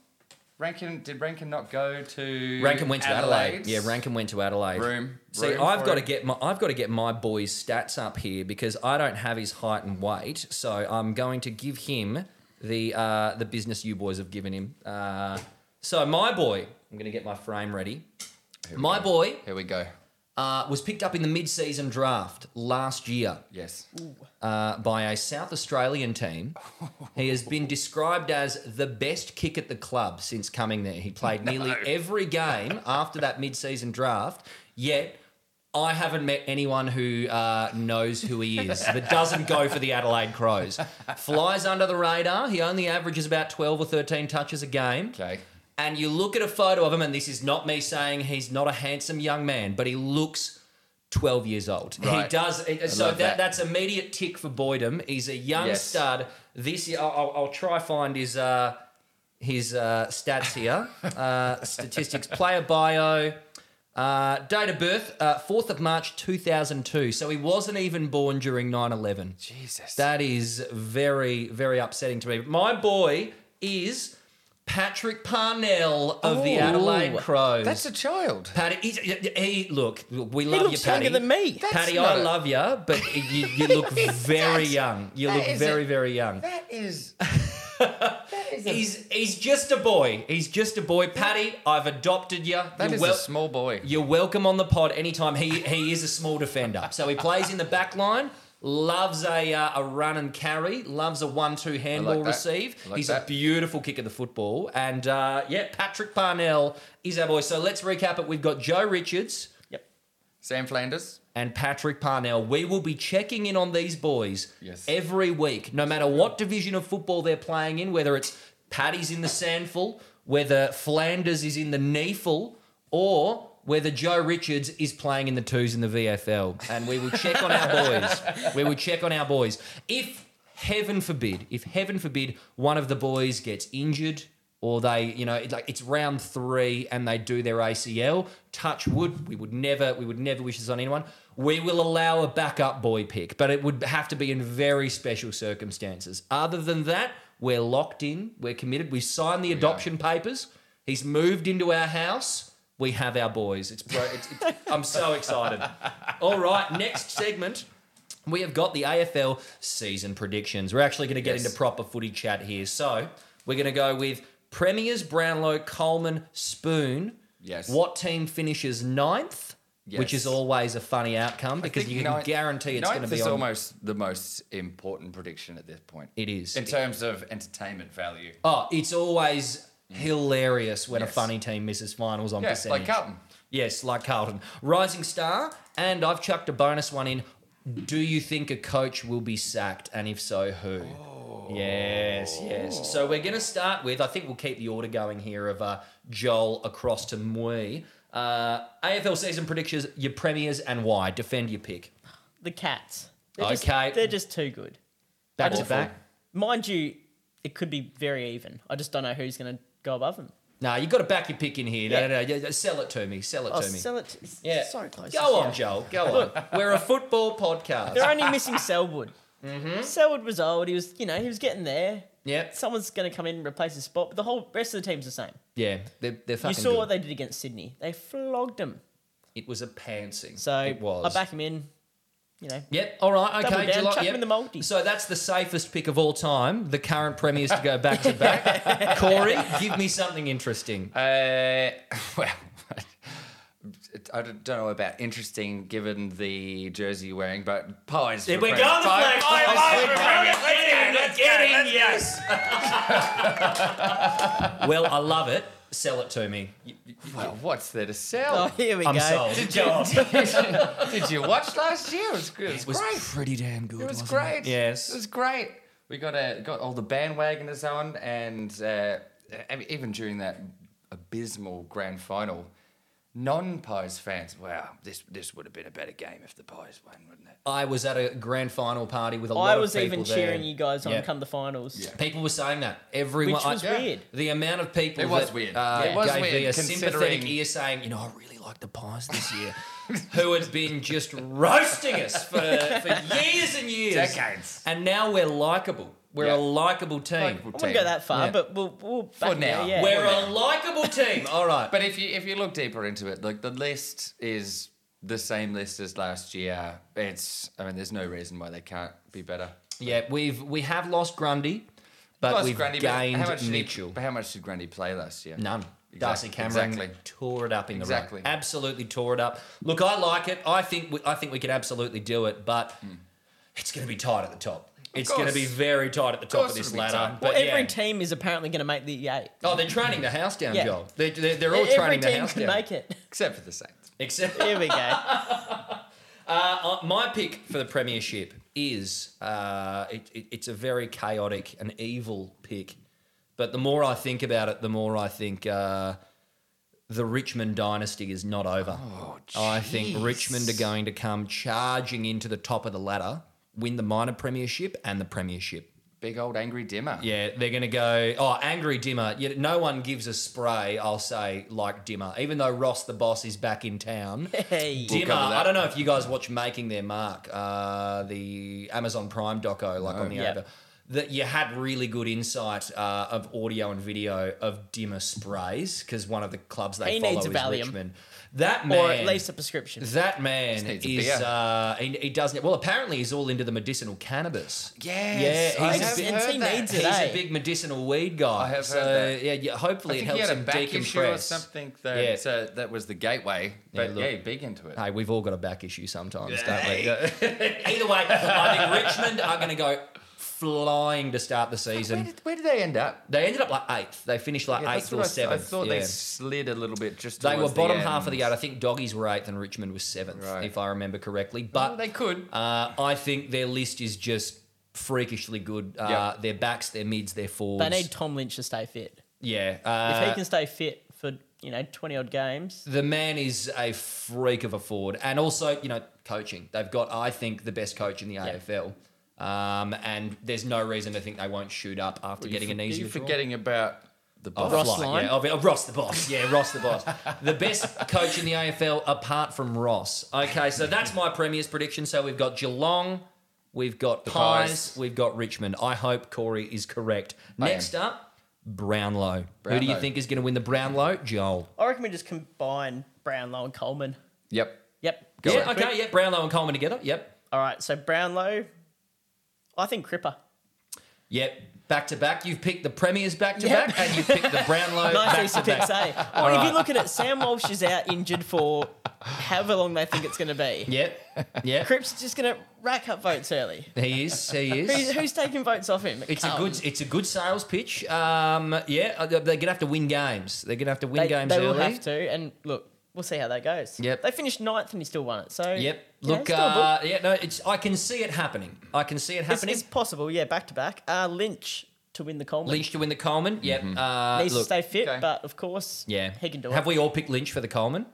Speaker 1: Rankin did Rankin not go to
Speaker 2: Rankin went to Adelaide.
Speaker 1: Adelaide's?
Speaker 2: Yeah, Rankin went to Adelaide.
Speaker 1: Room-
Speaker 2: See,
Speaker 1: room
Speaker 2: I've
Speaker 1: for
Speaker 2: got to
Speaker 1: it.
Speaker 2: get my I've got to get my boy's stats up here because I don't have his height and weight, so I'm going to give him the uh, the business you boys have given him. Uh, so my boy, I'm going to get my frame ready. My boy
Speaker 1: Here we go.
Speaker 2: uh, was picked up in the mid-season draft last year
Speaker 1: Yes.
Speaker 2: uh, by a South Australian team. He has been described as the best kick at the club since coming there. He played nearly every game after that mid season draft, yet. I haven't met anyone who uh, knows who he is that doesn't go for the Adelaide Crows. Flies under the radar. He only averages about 12 or 13 touches a game
Speaker 1: Okay.
Speaker 2: and you look at a photo of him, and this is not me saying he's not a handsome young man, but he looks 12 years old. He
Speaker 1: Right.
Speaker 2: does. it- so that,
Speaker 1: love that.
Speaker 2: that's immediate tick for Boydom. He's a young
Speaker 1: Yes.
Speaker 2: stud. This year, I'll, I'll- I'll try find his uh, his uh, stats here. uh, statistics, player bio. Uh, date of birth, uh, 4th of March 2002. So he wasn't even born during 9 11.
Speaker 1: Jesus.
Speaker 2: That is very, very upsetting to me. My boy is Patrick Parnell of the
Speaker 1: Ooh.
Speaker 2: Adelaide Crows.
Speaker 1: That's a child.
Speaker 2: Patty. he's- He, he- look, we
Speaker 3: He
Speaker 2: love
Speaker 3: looks
Speaker 2: you, Patty.
Speaker 3: younger than me.
Speaker 1: That's
Speaker 2: Patty,
Speaker 1: not
Speaker 2: I
Speaker 1: a-
Speaker 2: love you, but you, you look very young. You
Speaker 1: That
Speaker 2: look
Speaker 1: is
Speaker 2: very,
Speaker 1: a-
Speaker 2: very young.
Speaker 1: That is. that is a,
Speaker 2: He's he's just a boy. He's just a boy, Patty. I've adopted you.
Speaker 1: that
Speaker 2: You're
Speaker 1: is a
Speaker 2: wel-
Speaker 1: small boy.
Speaker 2: You're welcome on the pod anytime. He he is a small defender, so he plays in the back line. Loves a uh, a run and carry. Loves a one-two handball
Speaker 1: that.
Speaker 2: receive.
Speaker 1: I like
Speaker 2: He's a
Speaker 1: that.
Speaker 2: beautiful kick of the football, and uh, yeah, Patrick Parnell is our boy. So let's recap it. We've got Joe Richards
Speaker 3: Yep.
Speaker 1: Sam Flanders.
Speaker 2: and Patrick Parnell. We will be checking in on these boys
Speaker 1: Yes.
Speaker 2: every week, no matter what division of football they're playing in, whether it's Paddy's in the sandful, whether Flanders is in the kneeful, or whether Joe Richards is playing in the twos in the VFL. And we will check on our boys. We will check on our boys. If heaven forbid, if heaven forbid, one of the boys gets injured or they, you know, it- like it's round three and they do their ACL. Touch wood. We would never, we would never wish this on anyone. We will allow a backup boy pick, but it would have to be in very special circumstances. Other than that, we're locked in. We're committed. We've signed the adoption papers. He's moved into our house. We have our boys. It's, bro- it's, it's I'm so excited. All right, next segment. We have got the AFL season predictions. We're actually going to get
Speaker 1: Yes.
Speaker 2: into proper footy chat here. So we're going to go with Premiers, Brownlow, Coleman, Spoon.
Speaker 1: Yes.
Speaker 2: What team finishes ninth? Which
Speaker 1: Yes.
Speaker 2: is always a funny outcome because
Speaker 1: think
Speaker 2: you can
Speaker 1: ninth-
Speaker 2: guarantee it's
Speaker 1: ninth
Speaker 2: going to be
Speaker 1: is
Speaker 2: on.
Speaker 1: almost the most important prediction at this point.
Speaker 2: it is.
Speaker 1: in terms of entertainment value.
Speaker 2: oh, it's always hilarious when a
Speaker 1: Mm. Yes.
Speaker 2: funny team misses finals on
Speaker 1: Yeah,
Speaker 2: percentage.
Speaker 1: like Carlton.
Speaker 2: Yes, like Carlton. Rising star, and I've chucked a bonus one in. Do you think a coach will be sacked? And if so, who?
Speaker 3: Oh.
Speaker 2: Yes, yes. So we're going to start with, I think we'll keep the order going here of uh, Joel across to Mui. Uh, AFL season predictions, your premiers, and why. Defend your pick.
Speaker 3: The Cats. They're Just,
Speaker 2: Okay.
Speaker 3: they're just too good.
Speaker 2: Back to
Speaker 1: Awful.
Speaker 2: back.
Speaker 3: Mind you, it could be very even. I just don't know who's going to go above them.
Speaker 2: No, you got to back your pick in here. No,
Speaker 3: Yeah.
Speaker 2: no, no. yeah, yeah, Sell it to me. Sell it
Speaker 3: Oh,
Speaker 2: to me.
Speaker 3: sell it. To, it's
Speaker 2: yeah.
Speaker 3: so close.
Speaker 2: Go on,
Speaker 3: Yeah.
Speaker 2: Joel. Go on. We're a football podcast.
Speaker 3: They're only missing Selwood.
Speaker 2: Mm-hmm.
Speaker 3: Selwood was old. He was, you know, he was getting there.
Speaker 2: Yep.
Speaker 3: Someone's going to come in and replace his spot, but the whole rest of the team's the same.
Speaker 2: Yeah. They're, they're fucking
Speaker 3: you saw
Speaker 2: good.
Speaker 3: what they did against Sydney. They flogged them.
Speaker 2: It was a pantsing.
Speaker 3: So
Speaker 2: it was.
Speaker 3: I back him in. You know,
Speaker 2: Yep. All right.
Speaker 3: Double
Speaker 2: Okay.
Speaker 3: down,
Speaker 2: Geelong,
Speaker 3: chuck 'em
Speaker 2: yep.
Speaker 3: in the multi.
Speaker 2: So that's the safest pick of all time. The current premiers to go back to back. Corey, give me something interesting.
Speaker 1: Uh, well, I don't know about interesting given the jersey you're wearing, but pies.
Speaker 2: There
Speaker 1: for
Speaker 2: we go,
Speaker 1: breakfast.
Speaker 2: the flag
Speaker 1: Pies-
Speaker 2: flies.
Speaker 1: pies for breakfast.
Speaker 2: Let's yes. well, I love it. Sell it to me.
Speaker 1: Well, what's there to
Speaker 3: oh,
Speaker 1: sell?
Speaker 3: here we
Speaker 2: I'm
Speaker 3: go.
Speaker 2: sold.
Speaker 1: Did you, did you watch last year? It was good. It was,
Speaker 2: It was
Speaker 1: great.
Speaker 2: pretty damn good.
Speaker 1: It was
Speaker 2: wasn't
Speaker 1: great.
Speaker 2: Yes.
Speaker 1: it was great. We got uh, got all the bandwagoners on, and uh, I mean, even during that abysmal grand final, non Pies fans. Wow, this this would have been a better game if the Pies won, wouldn't it?
Speaker 2: I was at a grand final party with a lot
Speaker 3: I
Speaker 2: of
Speaker 3: was
Speaker 2: people
Speaker 3: even
Speaker 2: there.
Speaker 3: cheering you guys on
Speaker 2: Yeah.
Speaker 3: come the finals.
Speaker 2: People were saying that. Everyone.
Speaker 3: Which was
Speaker 2: I-
Speaker 3: weird.
Speaker 2: The amount of people
Speaker 1: It was
Speaker 2: that
Speaker 1: weird.
Speaker 2: Uh,
Speaker 1: It was
Speaker 2: gave
Speaker 1: weird
Speaker 2: me a sympathetic
Speaker 1: considering-
Speaker 2: ear saying, you know, I really like the pies this year, who had been just roasting us for, for years and years.
Speaker 1: Decades.
Speaker 2: And now we're likable. We're
Speaker 1: Yeah.
Speaker 2: a likable team.
Speaker 1: Likeable
Speaker 3: I
Speaker 1: team.
Speaker 3: wouldn't go that far,
Speaker 2: Yeah.
Speaker 3: but we'll, we'll back
Speaker 1: now.
Speaker 3: There, yeah.
Speaker 2: We're a likable team. All right.
Speaker 1: But if you if you look deeper into it, like the list is the same list as last year. It's I mean, there's no reason why they can't be better.
Speaker 2: yeah, we've we have lost Grundy, but
Speaker 1: Plus,
Speaker 2: we've
Speaker 1: Grundy, but
Speaker 2: gained
Speaker 1: how much did he-
Speaker 2: Mitchell.
Speaker 1: but how much did Grundy play last year?
Speaker 2: None.
Speaker 1: Exact-
Speaker 2: Darcy Cameron
Speaker 1: Exactly.
Speaker 2: tore it up in the
Speaker 1: Exactly.
Speaker 2: run. Absolutely tore it up. Look, I like it. I think we, I think we could absolutely do it, but it's going to be tight at the top. It's going to
Speaker 1: Hmm. course.
Speaker 2: be very tight at the top of,
Speaker 1: course
Speaker 2: this
Speaker 1: it'll be
Speaker 2: ladder.
Speaker 1: tight.
Speaker 2: But
Speaker 3: Every
Speaker 2: yeah.
Speaker 3: team is apparently going to make the eight.
Speaker 2: oh, they're training the house down,
Speaker 3: Yeah.
Speaker 2: Joel. They're, they're, they're all
Speaker 3: Every
Speaker 2: training the
Speaker 3: team
Speaker 2: house
Speaker 3: can
Speaker 2: down.
Speaker 3: make it.
Speaker 1: Except for the Saints.
Speaker 2: Except
Speaker 3: Here we go.
Speaker 2: Uh, my pick for the premiership is uh, it, it, it's a very chaotic and evil pick, but the more I think about it, the more I think uh, the Richmond dynasty is not over.
Speaker 1: Oh,
Speaker 2: I think Richmond are going to come charging into the top of the ladder, win the minor premiership and the premiership.
Speaker 1: Big old angry dimmer.
Speaker 2: Yeah, they're going to go, oh, angry Dimmer. Yet no one gives a spray, I'll say, like Dimmer. Even though Ross the boss is back in town.
Speaker 3: Hey.
Speaker 1: We'll
Speaker 2: Dimmer,
Speaker 1: cover that.
Speaker 2: I don't know if you guys watch Making Their Mark, uh, the Amazon Prime doco, like on the
Speaker 3: Yeah.
Speaker 2: over. That you had really good insight uh, of audio and video of Dimmer sprays because one of the clubs they
Speaker 3: He
Speaker 2: follow
Speaker 3: needs a
Speaker 2: is
Speaker 3: Valium.
Speaker 2: Richmond. That man,
Speaker 3: Or at least a prescription.
Speaker 2: that man
Speaker 1: needs a
Speaker 2: is
Speaker 1: beer.
Speaker 2: uh, he, he doesn't. Well, apparently he's all into the medicinal cannabis.
Speaker 1: Yes,
Speaker 2: yeah,
Speaker 1: I
Speaker 2: he's a
Speaker 1: have
Speaker 2: big-
Speaker 1: heard
Speaker 3: he
Speaker 1: that.
Speaker 3: needs
Speaker 2: He's
Speaker 3: it, eh?
Speaker 2: a big medicinal weed guy.
Speaker 1: I have
Speaker 2: so,
Speaker 1: heard that.
Speaker 2: Yeah, yeah, hopefully
Speaker 1: I
Speaker 2: it
Speaker 1: think he
Speaker 2: helps
Speaker 1: had a
Speaker 2: him
Speaker 1: back issue or
Speaker 2: decompress.
Speaker 1: something that
Speaker 2: Yeah.
Speaker 1: so that was the gateway. But
Speaker 2: Yeah,
Speaker 1: yeah,
Speaker 2: look.
Speaker 1: big into it.
Speaker 2: Hey, we've all got a back issue sometimes,
Speaker 1: Hey.
Speaker 2: don't we? Either way, I think Richmond are going to go flying to start the
Speaker 1: Where
Speaker 2: season.
Speaker 1: did, where did they end up?
Speaker 2: They ended up like eighth. They finished like
Speaker 1: Yeah, that's
Speaker 2: eighth
Speaker 1: what
Speaker 2: or
Speaker 1: I th-
Speaker 2: seventh.
Speaker 1: I thought
Speaker 2: yeah.
Speaker 1: they slid a little bit just.
Speaker 2: They were
Speaker 1: towards
Speaker 2: bottom
Speaker 1: the
Speaker 2: half of the
Speaker 1: end.
Speaker 2: eight. I think Doggies were eighth and Richmond was seventh,
Speaker 1: Right.
Speaker 2: if I remember correctly.
Speaker 1: Well,
Speaker 2: But
Speaker 1: they could.
Speaker 2: uh, I think their list is just freakishly good. Uh,
Speaker 1: Yeah.
Speaker 2: Their backs, their mids, their
Speaker 3: They
Speaker 2: forwards.
Speaker 3: need Tom Lynch to stay fit.
Speaker 2: yeah.
Speaker 3: If
Speaker 2: Uh,
Speaker 3: he can stay fit for, you know, 20 odd games,
Speaker 2: the man is a freak of a forward, and also you know coaching. They've got, I think, the best coach in the AFL, um, and there's no reason to think they won't shoot up after getting an easier.
Speaker 1: You're
Speaker 2: draw.
Speaker 1: forgetting about the
Speaker 2: Oh,
Speaker 1: boss.
Speaker 2: Ross Lyon. Yeah, oh, but- oh, Ross the boss. Yeah, Ross the boss. the best coach in the AFL apart from Ross. Okay, so that's my Premier's prediction. So we've got Geelong, we've got Pies,
Speaker 1: Pies.
Speaker 2: we've got Richmond. I hope Corey is correct. Next up, Brownlow. Who do you
Speaker 1: Brownlow.
Speaker 2: think is going to win the Brownlow? Joel.
Speaker 3: I reckon we just combine Brownlow and Coleman.
Speaker 1: Yep.
Speaker 3: Yep.
Speaker 1: Go
Speaker 2: yeah,
Speaker 1: on.
Speaker 2: okay, yeah, Brownlow and Coleman together. Yep.
Speaker 3: All right, so Brownlow, I think Cripper.
Speaker 2: Yep. Back to back. You've picked the Premiers back to
Speaker 3: Yep.
Speaker 2: back and you've picked the Brownlow back
Speaker 3: Nice
Speaker 2: to
Speaker 3: easy picks,
Speaker 2: back.
Speaker 3: eh? Well, if you look at it, Sam Walsh is out injured for however long they think it's going to be.
Speaker 2: Yep. Yeah.
Speaker 3: Cripps is just going to rack up votes early.
Speaker 2: He is. He
Speaker 3: Who's,
Speaker 2: is.
Speaker 3: who's taking votes off him?
Speaker 2: It's a
Speaker 3: Carlton.
Speaker 2: good it's a good sales pitch. Um, yeah, uh, they're going to have to win games. They're going to have to win
Speaker 3: They,
Speaker 2: games
Speaker 3: they
Speaker 2: early.
Speaker 3: will have to, and look, we'll see how that goes.
Speaker 2: Yep.
Speaker 3: They finished ninth and he still won it. So
Speaker 2: Yep.
Speaker 3: you know,
Speaker 2: Look,
Speaker 3: it's
Speaker 2: uh,
Speaker 3: doable.
Speaker 2: yeah, no, it's I can see it happening. I can see it
Speaker 3: It's-
Speaker 2: happening.
Speaker 3: It's, possible, yeah, back to back. Uh, Lynch to win the Coleman.
Speaker 2: Lynch to win the Coleman. Yep.
Speaker 1: Mm-hmm.
Speaker 2: Uh,
Speaker 3: Needs to
Speaker 2: look,
Speaker 3: stay fit,
Speaker 1: okay.
Speaker 3: but of course,
Speaker 2: yeah,
Speaker 3: he can do
Speaker 2: Have
Speaker 3: it.
Speaker 2: we all picked Lynch for the Coleman?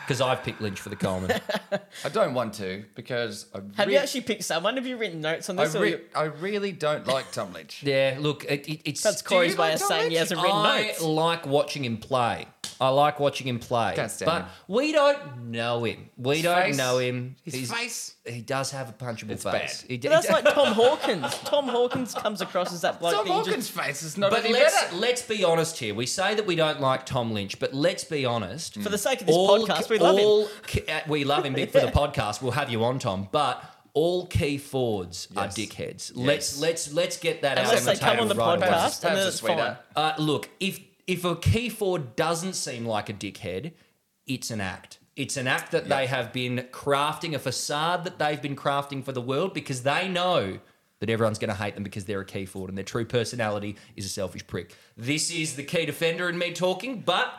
Speaker 2: because I've picked Lynch for the Coleman.
Speaker 1: I don't want to because I
Speaker 3: Have
Speaker 1: rea-
Speaker 3: you actually picked someone? Have you written notes on
Speaker 1: I,
Speaker 3: this? or
Speaker 1: re-
Speaker 3: you-
Speaker 1: I really don't like Tom Lynch.
Speaker 2: yeah, look, it, it, it's
Speaker 3: that's
Speaker 1: Do you
Speaker 3: Corey's way
Speaker 1: like
Speaker 3: of
Speaker 1: Tom
Speaker 3: saying he
Speaker 1: Lynch?
Speaker 3: hasn't written
Speaker 2: I
Speaker 3: notes.
Speaker 2: like watching him play. I like watching him play.
Speaker 1: Can't stand
Speaker 2: but
Speaker 1: him.
Speaker 2: we don't know him. We
Speaker 1: His
Speaker 2: don't
Speaker 1: face-
Speaker 2: know him.
Speaker 1: his
Speaker 2: He's-
Speaker 1: face.
Speaker 2: He does have a punchable
Speaker 1: It's
Speaker 2: face.
Speaker 1: bad.
Speaker 2: He d-
Speaker 3: But that's like Tom Hawkins. Tom Hawkins comes across as that bloke.
Speaker 1: Tom
Speaker 3: that you
Speaker 1: Hawkins'
Speaker 3: just,
Speaker 1: face is not
Speaker 2: But
Speaker 1: any
Speaker 2: let's
Speaker 1: better.
Speaker 2: let's be honest here. We say that we don't like Tom Lynch, but let's be honest.
Speaker 3: for the sake of this podcast, we love him.
Speaker 2: all ki- uh, we love him big for the podcast. We'll have you on, Tom. But all key forwards are
Speaker 1: Yes.
Speaker 2: dickheads.
Speaker 1: Yes.
Speaker 2: Let's let's let's get that
Speaker 3: Unless
Speaker 2: out
Speaker 3: they
Speaker 2: of the
Speaker 3: come on the
Speaker 2: table right away.
Speaker 3: podcast, and
Speaker 1: Perhaps
Speaker 3: then
Speaker 1: a
Speaker 3: it's fine.
Speaker 1: sweeter.
Speaker 2: Uh, look, if if a key forward doesn't seem like a dickhead, it's an act. It's an act that they have been crafting a facade that they've been crafting for the world because they know that everyone's going to hate them because they're a key forward and their true personality is a selfish prick. This is the key defender in me talking, but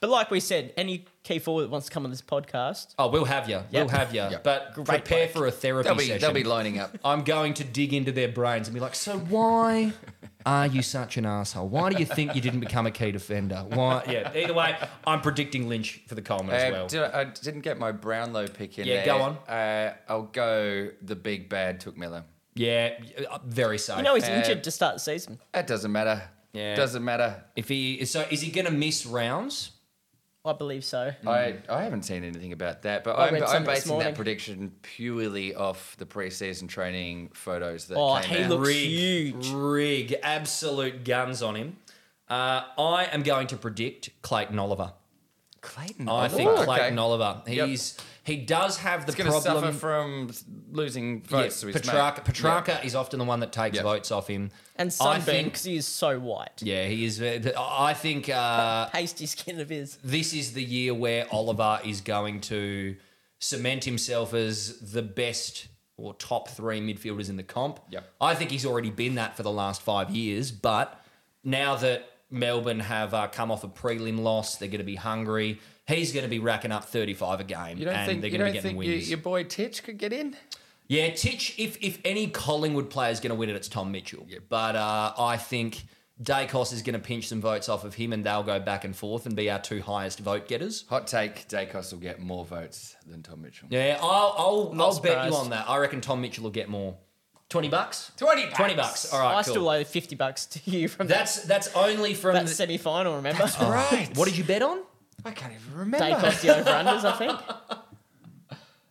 Speaker 3: But like we said, any key forward that wants to come on this podcast,
Speaker 2: oh, we'll have you,
Speaker 3: Yeah.
Speaker 2: we'll have you.
Speaker 1: Yeah.
Speaker 2: But
Speaker 3: Great
Speaker 2: prepare
Speaker 3: bloke.
Speaker 2: for a therapy
Speaker 1: They'll be
Speaker 2: session.
Speaker 1: they'll be lining up.
Speaker 2: I'm going to dig into their brains and be like, so why are you such an asshole? Why do you think you didn't become a key defender? Why? Yeah. Either way, I'm predicting Lynch for the Coleman
Speaker 1: Uh,
Speaker 2: as well.
Speaker 1: did I, I didn't get my Brownlow pick in
Speaker 2: Yeah,
Speaker 1: there.
Speaker 2: go on.
Speaker 1: Uh, I'll go the big bad Took Miller.
Speaker 2: yeah. uh, Very safe.
Speaker 3: you know he's
Speaker 1: Uh,
Speaker 3: injured to start the season.
Speaker 1: That doesn't matter.
Speaker 2: Yeah.
Speaker 1: Doesn't matter.
Speaker 2: if he so is he going to miss rounds?
Speaker 3: I believe so.
Speaker 2: Mm.
Speaker 1: I, I haven't seen anything about that, but
Speaker 3: I
Speaker 1: I'm,
Speaker 3: read
Speaker 1: I'm
Speaker 3: something this
Speaker 1: basing
Speaker 3: morning.
Speaker 1: that prediction purely off the preseason training photos that
Speaker 3: Oh,
Speaker 1: came
Speaker 3: he
Speaker 1: out.
Speaker 3: looked- Looks huge.
Speaker 2: Rig. Absolute guns on him. Uh, I am going to predict Clayton Oliver.
Speaker 1: Clayton.
Speaker 2: I
Speaker 1: Oliver.
Speaker 2: think
Speaker 1: Oh, Okay.
Speaker 2: Clayton Oliver.
Speaker 1: Yep.
Speaker 2: He's he does have the
Speaker 1: He's going to
Speaker 2: problem.
Speaker 1: suffer from losing
Speaker 2: Yeah,
Speaker 1: votes. to his mate.
Speaker 2: Petrarca, Petrarca is often the one that takes
Speaker 1: Yeah.
Speaker 2: votes off him.
Speaker 3: And
Speaker 2: I
Speaker 3: sunburn
Speaker 2: think,
Speaker 3: because he is so white.
Speaker 2: yeah, he is. ve- I think uh,
Speaker 3: Pasty skin of his.
Speaker 2: this is the year where Oliver is going to cement himself as the best or top three midfielders in the comp.
Speaker 1: Yep.
Speaker 2: I think he's already been that for the last five years, but now that Melbourne have uh, come off a prelim loss, they're going to be hungry. He's going to be racking up 35 a game,
Speaker 1: You don't
Speaker 2: and
Speaker 1: think,
Speaker 2: they're
Speaker 1: you don't
Speaker 2: going to be getting
Speaker 1: think your,
Speaker 2: wins.
Speaker 1: your boy Titch could get in?
Speaker 2: Yeah, Titch. If if any Collingwood player is going to win it, it's Tom Mitchell. But uh, I think Dacos is going to pinch some votes off of him, and they'll go back and forth and be our two highest vote getters.
Speaker 1: Hot take, Dacos will get more votes than Tom Mitchell.
Speaker 2: Yeah, I'll I'll, I'll bet
Speaker 3: surprised.
Speaker 2: you on that. I reckon Tom Mitchell will get more. Twenty bucks.
Speaker 1: 20 bucks.
Speaker 2: Twenty bucks. All right,
Speaker 3: I
Speaker 2: cool.
Speaker 3: still owe 50 bucks to you from that,
Speaker 2: that's that's only from.
Speaker 3: that
Speaker 2: the-
Speaker 3: semi final, remember?
Speaker 1: Right.
Speaker 2: what did you bet on?
Speaker 1: I can't even
Speaker 3: Day
Speaker 1: remember.
Speaker 3: cost the over unders, I think.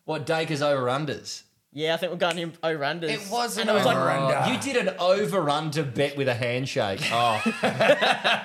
Speaker 2: What Dacres over unders?
Speaker 3: Yeah, I think we're going in over unders.
Speaker 1: It was
Speaker 3: And
Speaker 1: an
Speaker 3: I was like,
Speaker 1: over-under. Under.
Speaker 2: Oh, You did an over under bet with a handshake. Oh,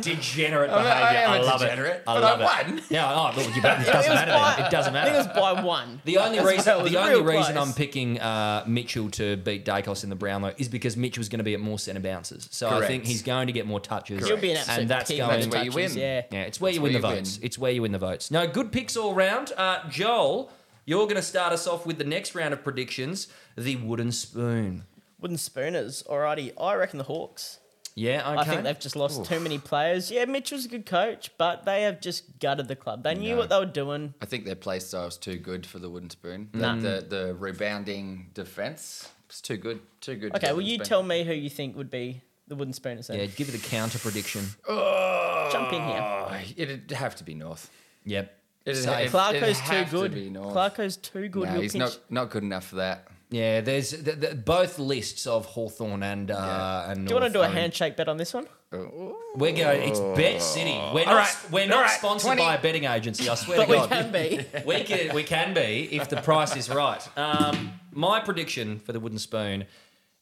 Speaker 2: degenerate
Speaker 1: I'm a-
Speaker 2: behavior.
Speaker 1: I
Speaker 2: I,
Speaker 1: am a
Speaker 2: love
Speaker 1: degenerate,
Speaker 2: it. I
Speaker 1: but
Speaker 2: love
Speaker 1: I
Speaker 2: it.
Speaker 1: won.
Speaker 2: Yeah, oh, look, you bet. It
Speaker 3: It
Speaker 2: doesn't
Speaker 3: was
Speaker 2: matter.
Speaker 3: by-
Speaker 2: Then. It doesn't
Speaker 3: I think
Speaker 2: matter.
Speaker 3: it was by one.
Speaker 2: The only reason
Speaker 3: was
Speaker 2: the
Speaker 3: real
Speaker 2: only reason
Speaker 3: close.
Speaker 2: I'm picking uh, Mitchell to beat Dacos in the Brownlow is because Mitchell's going to be at more centre bounces, so I
Speaker 1: Correct.
Speaker 2: think he's going to get more touches.
Speaker 3: You'll be an absolute
Speaker 2: and that's
Speaker 3: king
Speaker 2: going.
Speaker 3: with
Speaker 1: That's where you
Speaker 3: touches,
Speaker 1: win.
Speaker 3: Yeah.
Speaker 2: yeah, it's where
Speaker 1: That's
Speaker 2: you win
Speaker 1: where
Speaker 2: the
Speaker 1: you
Speaker 2: votes.
Speaker 1: win.
Speaker 2: It's where you win the votes. No, good picks all round. Uh, Joel, you're going to start us off with the next round of predictions: the wooden spoon.
Speaker 3: Wooden Spooners, alrighty. I reckon the Hawks.
Speaker 2: Yeah, okay.
Speaker 3: I think they've just lost too many players. Yeah, Mitchell's a good coach, but they have just gutted the club. They knew
Speaker 1: No.
Speaker 3: what they were doing.
Speaker 1: I think their play style's too good for the wooden spoon. The- The, the, rebounding defense, it's too good. Too good.
Speaker 3: Okay, well, you tell me who you think would be the Wooden Spooners then.
Speaker 2: Yeah, give it a counter prediction.
Speaker 1: Oh.
Speaker 3: Jump in here.
Speaker 1: It'd have to be North.
Speaker 2: Yep.
Speaker 1: It'd,
Speaker 2: Safe.
Speaker 1: it'd- it'd
Speaker 3: Clarko's
Speaker 1: have
Speaker 3: too
Speaker 1: to
Speaker 3: good.
Speaker 1: be North.
Speaker 3: Clarko's too good.
Speaker 1: no,
Speaker 3: He'll
Speaker 1: he's
Speaker 3: pinch-
Speaker 1: not, not good enough for that.
Speaker 2: Yeah, there's th- th- both lists of Hawthorn and uh,
Speaker 1: Yeah.
Speaker 2: and.
Speaker 3: Do you
Speaker 2: North
Speaker 3: want to do a
Speaker 2: own-
Speaker 3: handshake bet on this one?
Speaker 2: We're going. It's Bet City. We're not.
Speaker 1: right,
Speaker 2: We're not
Speaker 1: all right,
Speaker 2: sponsored
Speaker 1: 20.
Speaker 2: by a betting agency. I swear
Speaker 3: But
Speaker 2: to
Speaker 3: we
Speaker 2: God.
Speaker 3: can be.
Speaker 2: We can. We can be if the price is right. Um, my prediction for the wooden spoon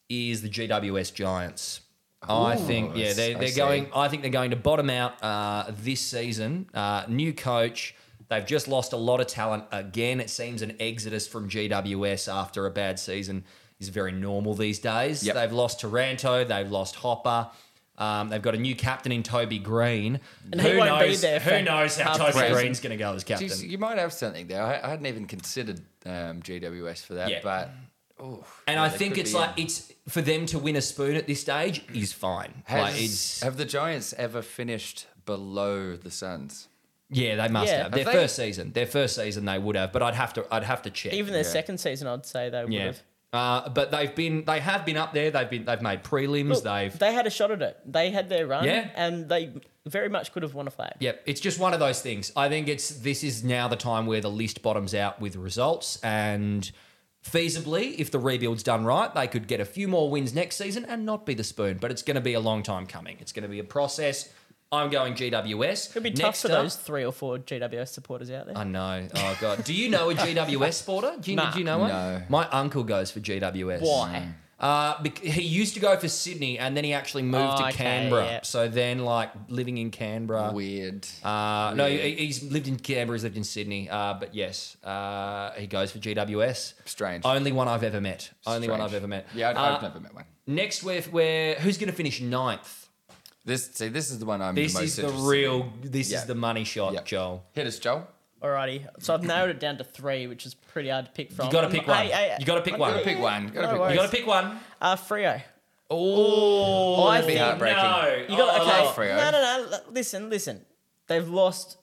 Speaker 2: is the GWS Giants. I
Speaker 1: Ooh,
Speaker 2: think. Yeah, they're,
Speaker 1: I
Speaker 2: they're
Speaker 1: see.
Speaker 2: going. I think they're going to bottom out uh, this season. Uh, new coach. They've just lost a lot of talent again. It seems an exodus from GWS after a bad season is very normal these days.
Speaker 1: Yep.
Speaker 2: They've lost Taranto. They've lost Hopper. Um, they've got a new captain in Toby Green.
Speaker 3: And he won't be
Speaker 2: knows,
Speaker 3: there for
Speaker 2: Who knows how
Speaker 3: half
Speaker 2: Toby
Speaker 3: the season.
Speaker 2: Green's going to go as captain?
Speaker 1: Jeez, you might have something there. I, I hadn't even considered um, GWS for that,
Speaker 2: Yeah.
Speaker 1: but
Speaker 2: And
Speaker 1: Yeah,
Speaker 2: I
Speaker 1: Oh, they
Speaker 2: think
Speaker 1: could
Speaker 2: it's
Speaker 1: be
Speaker 2: like it's for them to win a spoon at this stage is fine.
Speaker 1: has,
Speaker 2: like it's
Speaker 1: have the Giants ever finished below the Suns?
Speaker 2: yeah, they must
Speaker 3: Yeah.
Speaker 2: have their
Speaker 1: Have they-
Speaker 2: first season. Their first season they would have, but I'd have to I'd have to check.
Speaker 3: Even their
Speaker 1: Yeah.
Speaker 3: second season, I'd say they would
Speaker 2: yeah.
Speaker 3: have.
Speaker 2: Uh, but they've been they have been up there. They've been they've made prelims.
Speaker 3: Look,
Speaker 2: they've
Speaker 3: they had a shot at it. They had their run,
Speaker 2: Yeah.
Speaker 3: and they very much could have won a flag.
Speaker 2: Yep, it's just one of those things. I think it's this is now the time where the list bottoms out with results and feasibly if the rebuild's done right, they could get a few more wins next season and not be the spoon, but it's going to be a long time coming. It's going to be a process. I'm going GWS.
Speaker 3: It'd be tough
Speaker 2: Next
Speaker 3: for
Speaker 2: up-
Speaker 3: those three or four GWS supporters out there.
Speaker 2: I know. Oh god. Do you know a GWS sporter? Do you,
Speaker 3: Nah.
Speaker 2: do you know one?
Speaker 1: No.
Speaker 2: My uncle goes for GWS.
Speaker 3: Why?
Speaker 2: Uh, bec- he used to go for Sydney, and then he actually moved
Speaker 3: Oh,
Speaker 2: to
Speaker 3: okay,
Speaker 2: Canberra.
Speaker 3: yeah.
Speaker 2: So then, like living in Canberra.
Speaker 1: Weird.
Speaker 2: Uh, no, he- he's lived in Canberra. He's lived in Sydney. Uh, but yes, uh, he goes for GWS.
Speaker 1: Strange.
Speaker 2: Only one I've ever met. Only one
Speaker 1: Strange.
Speaker 2: I've ever met.
Speaker 1: Yeah, I'd,
Speaker 2: Uh,
Speaker 1: I've never met one.
Speaker 2: Next, we're, we're who's going to finish ninth?
Speaker 1: This see, this is the one I'm
Speaker 2: This
Speaker 1: the most
Speaker 2: is the
Speaker 1: interested in.
Speaker 2: real. This
Speaker 1: Yeah.
Speaker 2: is the money shot,
Speaker 1: Yep.
Speaker 2: Joel.
Speaker 1: Hit us, Joel.
Speaker 3: Alrighty, so I've narrowed it down to three, which is pretty hard to pick from.
Speaker 2: gotta
Speaker 3: I'm-
Speaker 2: pick one. You gotta pick
Speaker 3: I'm
Speaker 2: one.
Speaker 1: Gotta pick one. Gotta
Speaker 3: No
Speaker 1: pick one.
Speaker 2: You
Speaker 3: worries.
Speaker 2: got to pick one.
Speaker 3: Uh, Frio.
Speaker 2: Oh,
Speaker 3: I
Speaker 2: that'd be
Speaker 3: think-
Speaker 2: heartbreaking.
Speaker 1: no.
Speaker 3: You got
Speaker 2: Oh,
Speaker 1: I
Speaker 3: okay.
Speaker 1: love Freo.
Speaker 3: No, no, no. l- Listen, listen. They've lost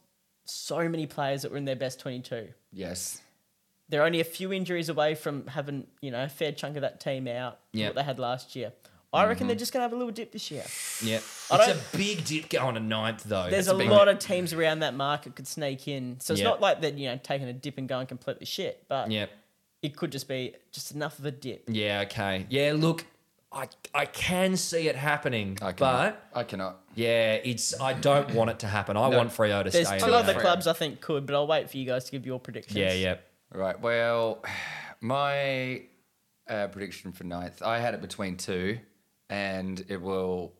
Speaker 3: so many players that were in their best twenty-two.
Speaker 1: Yes.
Speaker 3: They're only a few injuries away from having you know a fair chunk of that team out.
Speaker 2: Yeah. Mm-hmm.
Speaker 3: What they had last year. I reckon they're just gonna have a little dip this year.
Speaker 2: Oh. Yeah,
Speaker 3: I
Speaker 2: it's a big dip going to ninth though.
Speaker 3: There's
Speaker 2: That's
Speaker 3: a
Speaker 2: big
Speaker 3: lot
Speaker 2: dip.
Speaker 3: of teams around that market could sneak in, so it's
Speaker 2: Yeah.
Speaker 3: not like they're you know taking a dip and going completely shit. But
Speaker 2: Yeah,
Speaker 3: it could just be just enough of a dip.
Speaker 2: yeah, okay, yeah. Look, I I can see it happening,
Speaker 1: I cannot.
Speaker 2: but
Speaker 1: I cannot.
Speaker 2: yeah, it's I don't want it to happen. I want Freo to
Speaker 3: There's
Speaker 2: stay.
Speaker 3: two
Speaker 2: in
Speaker 3: other
Speaker 2: there.
Speaker 3: clubs I think could, but I'll wait for you guys to give your predictions.
Speaker 2: Yeah, yeah.
Speaker 1: Right. Well, my uh, prediction for ninth, I had it between two, and it will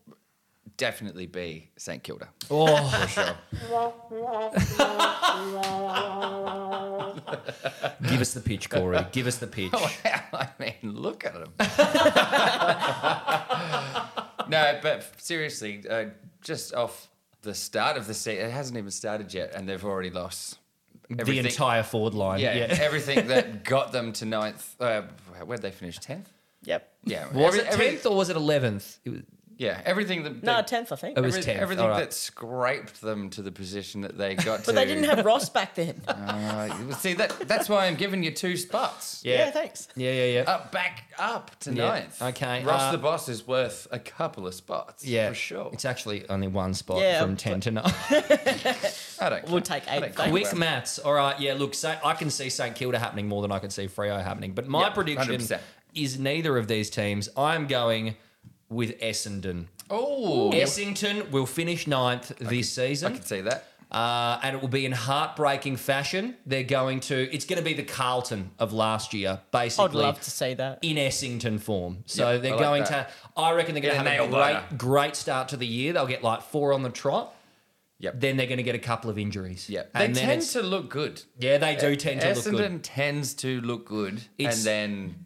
Speaker 1: definitely be St Kilda.
Speaker 2: Oh,
Speaker 1: Sure.
Speaker 2: give us the pitch, Corey. Give us the pitch.
Speaker 1: Oh, I mean, look at them. no, but seriously, uh, just off the start of the season, it hasn't even started yet, and they've already lost
Speaker 2: The entire forward line.
Speaker 1: Yeah,
Speaker 2: Yeah.
Speaker 1: everything that got them to ninth. Uh, where'd they finish? Tenth.
Speaker 3: Yep.
Speaker 1: Yeah.
Speaker 2: Was
Speaker 1: every-
Speaker 2: it
Speaker 1: every-
Speaker 2: tenth or was it eleventh? It was,
Speaker 1: Yeah, everything that.
Speaker 3: No,
Speaker 1: that-
Speaker 3: tenth I think.
Speaker 2: It was
Speaker 1: everything,
Speaker 2: 10th,
Speaker 1: everything
Speaker 2: alright.
Speaker 1: that scraped them to the position that they got to.
Speaker 3: But they didn't have Ross back then.
Speaker 1: Uh, see that? That's why I'm giving you two spots.
Speaker 2: yeah.
Speaker 3: Yeah, thanks.
Speaker 2: Yeah, yeah, yeah.
Speaker 1: Up, back up to
Speaker 2: Yeah,
Speaker 1: ninth.
Speaker 2: okay,
Speaker 1: Ross
Speaker 2: uh,
Speaker 1: the boss is worth a couple of spots.
Speaker 2: yeah,
Speaker 1: for sure.
Speaker 2: It's actually only one spot
Speaker 3: Yeah,
Speaker 2: from
Speaker 3: but-
Speaker 2: ten to nine.
Speaker 1: I don't.
Speaker 3: We'll
Speaker 1: care.
Speaker 3: take
Speaker 1: I
Speaker 3: eight,
Speaker 1: don't
Speaker 3: thanks.
Speaker 1: care.
Speaker 2: Quick maths. All right. Yeah. Look, Sa I can see St Kilda happening more than I can see Freo happening. But my
Speaker 1: Yeah,
Speaker 2: prediction
Speaker 1: 100%.
Speaker 2: is neither of these teams. I'm going with Essendon.
Speaker 1: Oh, yeah,
Speaker 2: Essendon will finish ninth this
Speaker 1: I
Speaker 2: season,
Speaker 1: can see that.
Speaker 2: uh, and it will be in heartbreaking fashion. They're going to. It's going to be the Carlton of last year, basically.
Speaker 3: I'd love to see that.
Speaker 2: in Essington form. So
Speaker 1: Yep,
Speaker 2: they're
Speaker 1: I like
Speaker 2: going
Speaker 1: that.
Speaker 2: to. I reckon they're going
Speaker 1: Yeah,
Speaker 2: to
Speaker 1: nail
Speaker 2: have a
Speaker 1: biter.
Speaker 2: great, great start to the year. They'll get like four on the trot.
Speaker 1: Yep.
Speaker 2: Then they're going to get a couple of injuries.
Speaker 1: Yeah, they
Speaker 2: And then
Speaker 1: tend
Speaker 2: it's-
Speaker 1: to look good.
Speaker 2: yeah, they do tend to
Speaker 1: Essendon
Speaker 2: look good.
Speaker 1: tends to look good,
Speaker 2: It's-
Speaker 1: and then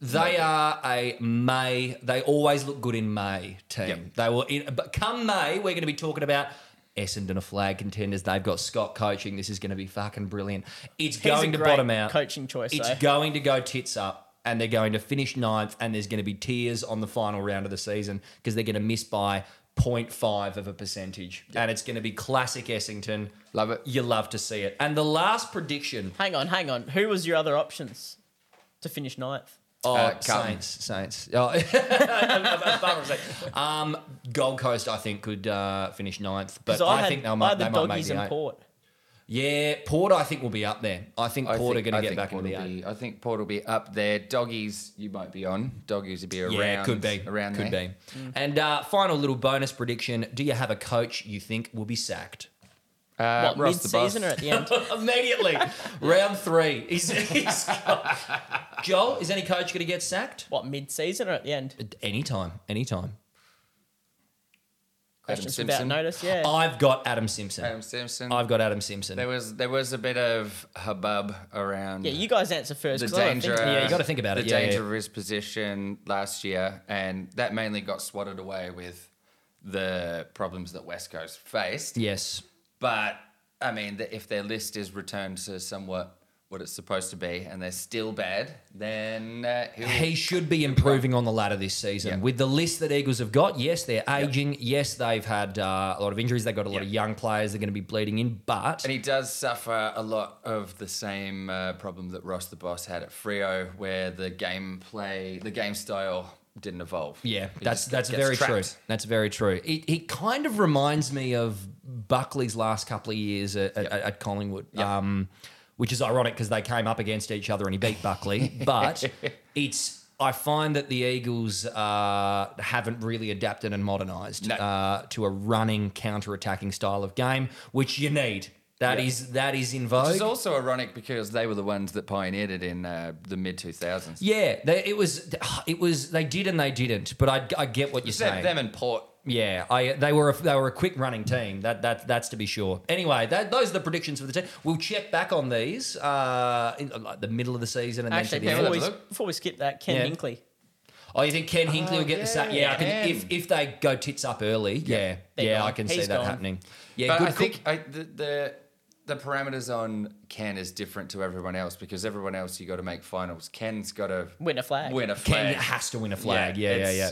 Speaker 2: They are a May. They always look good in May team.
Speaker 1: Yep.
Speaker 2: They will, in, but come May, we're going to be talking about Essendon are flag contenders. They've got Scott coaching. This is going to be fucking brilliant. It's
Speaker 3: He's
Speaker 2: going
Speaker 3: a
Speaker 2: to
Speaker 3: great
Speaker 2: bottom out.
Speaker 3: coaching choice,
Speaker 2: It's
Speaker 3: though.
Speaker 2: going to go tits up, and they're going to finish ninth. And there's going to be tears on the final round of the season because they're going to miss by 0.5 of a percentage, and it's going to be classic Essington.
Speaker 1: Love it.
Speaker 2: You love to see it. And the last prediction.
Speaker 3: Hang on, hang on. Who was your other options to finish ninth?
Speaker 2: Oh,
Speaker 1: Uh, Carlton.
Speaker 2: Saints, Saints. Oh, um, Gold Coast, I think, could uh, finish ninth, but
Speaker 3: 'Cause
Speaker 2: I,
Speaker 3: had-
Speaker 2: think they
Speaker 3: I
Speaker 2: might,
Speaker 3: had
Speaker 2: they
Speaker 3: the
Speaker 2: might make
Speaker 3: doggies
Speaker 2: the
Speaker 3: and
Speaker 2: eight.
Speaker 3: port.
Speaker 2: Yeah, Port, I think, will be up there. I think
Speaker 1: I
Speaker 2: Port
Speaker 1: think-
Speaker 2: are going
Speaker 1: I
Speaker 2: to get
Speaker 1: think
Speaker 2: back
Speaker 1: Port
Speaker 2: into the
Speaker 1: will
Speaker 2: eight.
Speaker 1: be- I think Port will be up there. Doggies, you might be on. Doggies would be around.
Speaker 2: Yeah, could be.
Speaker 1: around
Speaker 2: could
Speaker 1: there. Mm.
Speaker 2: be. And uh, final little bonus prediction: Do you have a coach you think will be sacked?
Speaker 1: Uh,
Speaker 3: What,
Speaker 1: Ross the boss.
Speaker 3: mid-season or at the end?
Speaker 2: Immediately, round three. He's, he's Joel, is any coach going to get sacked?
Speaker 3: what, mid-season or at the end?
Speaker 2: Anytime, anytime.
Speaker 3: Questions without notice, yeah.
Speaker 2: I've got Adam Simpson.
Speaker 1: Adam Simpson.
Speaker 2: I've got Adam Simpson.
Speaker 1: there was there was a bit of hubbub around.
Speaker 3: yeah, you guys answer first.
Speaker 1: the
Speaker 3: 'cause I don't
Speaker 1: danger.
Speaker 3: think-
Speaker 2: Yeah, you gotta think about
Speaker 1: the
Speaker 2: it,
Speaker 1: The
Speaker 2: yeah,
Speaker 1: danger
Speaker 2: yeah.
Speaker 1: of his position last year, and that mainly got swatted away with the problems that West Coast faced.
Speaker 2: Yes.
Speaker 1: But I mean, the, if their list is returned to somewhat what it's supposed to be, and they're still bad, then uh, he'll,
Speaker 2: He should be improving on the ladder this season.
Speaker 1: Yeah.
Speaker 2: With the list that Eagles have got, yes, they're aging. Yes, they've had uh, a lot of injuries. They've got a lot of young players. They're going to be bleeding in. But
Speaker 1: And he does suffer a lot of the same uh, problem that Ross the Boss had at Frio, where the gameplay, the game style didn't evolve.
Speaker 2: Yeah,
Speaker 1: He
Speaker 2: that's
Speaker 1: just
Speaker 2: that's
Speaker 1: gets
Speaker 2: very true.
Speaker 1: trapped.
Speaker 2: That's very true. He, he kind of reminds me of Buckley's last couple of years at, at, at Collingwood, um, which is ironic because they came up against each other and he beat Buckley. but it's I find that the Eagles uh, haven't really adapted and modernised
Speaker 1: No.
Speaker 2: uh, to a running counter-attacking style of game, which you need. That
Speaker 1: Yeah.
Speaker 2: is that is in vogue.
Speaker 1: Which is also ironic because they were the ones that pioneered it in uh, the mid 2000s.
Speaker 2: yeah, they, it was it was they did and they didn't. But I, I get what you're
Speaker 1: Except
Speaker 2: saying.
Speaker 1: them and Port.
Speaker 2: Yeah, I, they were a, they were a quick running team. That that that's to be sure. Anyway, that, those are the predictions for the team. We'll check back on these uh, in like the middle of the season and
Speaker 3: Actually,
Speaker 2: then to the
Speaker 1: yeah,
Speaker 2: end.
Speaker 3: before,
Speaker 1: we'll
Speaker 3: we,
Speaker 1: have a look.
Speaker 3: before we skip that, Ken
Speaker 2: Yeah.
Speaker 3: Hinckley.
Speaker 2: Oh, you think Ken Hinkley
Speaker 1: Oh,
Speaker 2: will get the sack?
Speaker 1: yeah,
Speaker 2: Yeah, I can,
Speaker 1: Ken.
Speaker 2: if if they go tits up early, yeah,
Speaker 3: they're
Speaker 2: yeah,
Speaker 3: gone.
Speaker 2: I can see
Speaker 3: He's
Speaker 2: that
Speaker 3: gone.
Speaker 2: happening. Yeah,
Speaker 1: but
Speaker 2: good
Speaker 1: I
Speaker 2: call.
Speaker 1: think I, the, the the parameters on Ken is different to everyone else because everyone else you got to make finals. Ken's got to
Speaker 3: Win a flag.
Speaker 1: Win a
Speaker 2: Ken
Speaker 1: flag.
Speaker 2: has to win a flag. Yeah, yeah,
Speaker 1: it's,
Speaker 2: yeah.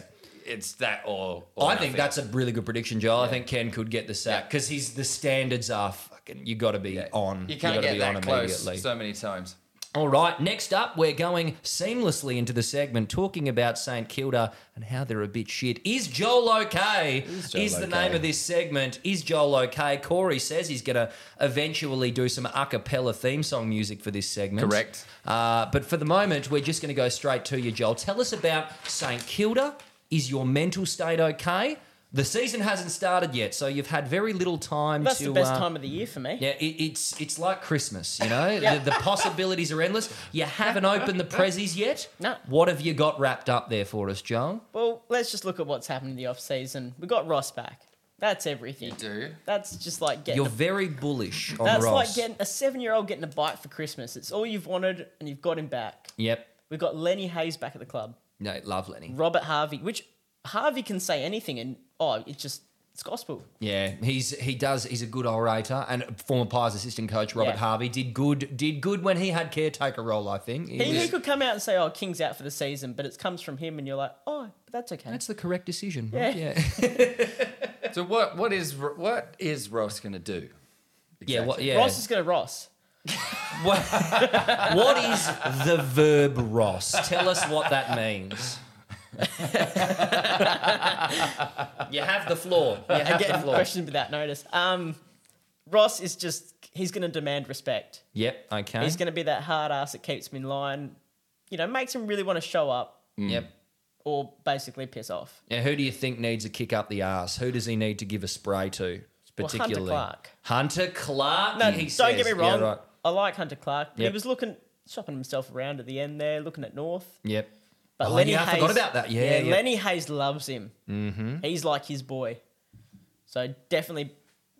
Speaker 1: It's that or. or
Speaker 2: I think
Speaker 1: nothing.
Speaker 2: that's a really good prediction, Joel. I think Ken could get the sack because he's the standards are fucking. You got to be
Speaker 1: Yeah.
Speaker 2: on.
Speaker 1: You can't
Speaker 2: gotta
Speaker 1: get
Speaker 2: be
Speaker 1: that
Speaker 2: on immediately.
Speaker 1: close so many times.
Speaker 2: All right, next up, we're going seamlessly into the segment talking about St Kilda and how they're a bit shit. Is Joel okay? Is,
Speaker 1: Joel
Speaker 2: the
Speaker 1: okay?
Speaker 2: name of this segment. Is Joel okay? Corey says he's going to eventually do some a cappella theme song music for this segment.
Speaker 1: Correct.
Speaker 2: Uh, but for the moment, we're just going to go straight to you, Joel. Tell us about St Kilda. Is your mental state okay? The season hasn't started yet, so you've had very little time
Speaker 3: That's
Speaker 2: to.
Speaker 3: the best
Speaker 2: uh,
Speaker 3: time of the year for me.
Speaker 2: yeah, it, it's it's like Christmas, you know. the, the possibilities are endless. You haven't opened the prezzies yet.
Speaker 3: No.
Speaker 2: What have you got wrapped up there for us, Joel?
Speaker 3: Well, let's just look at what's happened in the off season. We got Ross back. That's everything.
Speaker 1: You do.
Speaker 3: That's just like getting.
Speaker 2: You're
Speaker 3: a-
Speaker 2: very bullish on
Speaker 3: that's
Speaker 2: Ross.
Speaker 3: like getting a seven-year-old getting a bike for Christmas. It's all you've wanted, and you've got him back.
Speaker 2: yep.
Speaker 3: We got Lenny Hayes back at the club.
Speaker 2: No, love Lenny.
Speaker 3: Robert Harvey, which Harvey can say anything, and oh, it's just it's gospel.
Speaker 2: Yeah, he's he does. He's a good orator and former Pies assistant coach Robert
Speaker 3: Yeah.
Speaker 2: Harvey did good. Did good when he had caretaker role. I think He
Speaker 3: He, he
Speaker 2: was-
Speaker 3: could come out and say, "Oh, King's out for the season," but it comes from him, and you're like, "Oh, but that's okay."
Speaker 2: that's the correct decision. right?
Speaker 3: Yeah.
Speaker 2: Yeah.
Speaker 1: So what? What is Ro- what is Ross going to do?
Speaker 2: Yeah, what,
Speaker 1: Exactly.
Speaker 2: yeah.
Speaker 3: Ross is gonna Ross.
Speaker 2: What- what is the verb Ross? Tell us what that means. you have the floor. You
Speaker 3: I
Speaker 2: have the
Speaker 3: get
Speaker 2: floor.
Speaker 3: questions without notice. Um, Ross is just he's gonna demand respect.
Speaker 2: Yep. Okay.
Speaker 3: He's gonna be that hard ass that keeps him in line. You know, makes him really want to show up
Speaker 2: Yep.
Speaker 3: or basically piss off.
Speaker 2: Mm. Now, who do you think needs a kick up the arse? Who does he need to give a spray to?
Speaker 3: Well, Hunter
Speaker 2: Particularly
Speaker 3: Clark.
Speaker 2: Hunter Clark.
Speaker 3: No,
Speaker 2: he
Speaker 3: don't
Speaker 2: says.
Speaker 3: get me
Speaker 2: Yeah,
Speaker 3: wrong.
Speaker 2: right.
Speaker 3: I like Hunter Clark, but
Speaker 2: Yep.
Speaker 3: he was looking shopping himself around at the end there, looking at North.
Speaker 2: Yep.
Speaker 3: But
Speaker 2: Oh,
Speaker 3: Lenny
Speaker 2: yeah, I
Speaker 3: Hayes,
Speaker 2: forgot about that. Yeah, yeah.
Speaker 3: Lenny Hayes loves him. Mm-hmm. He's like his boy. So definitely,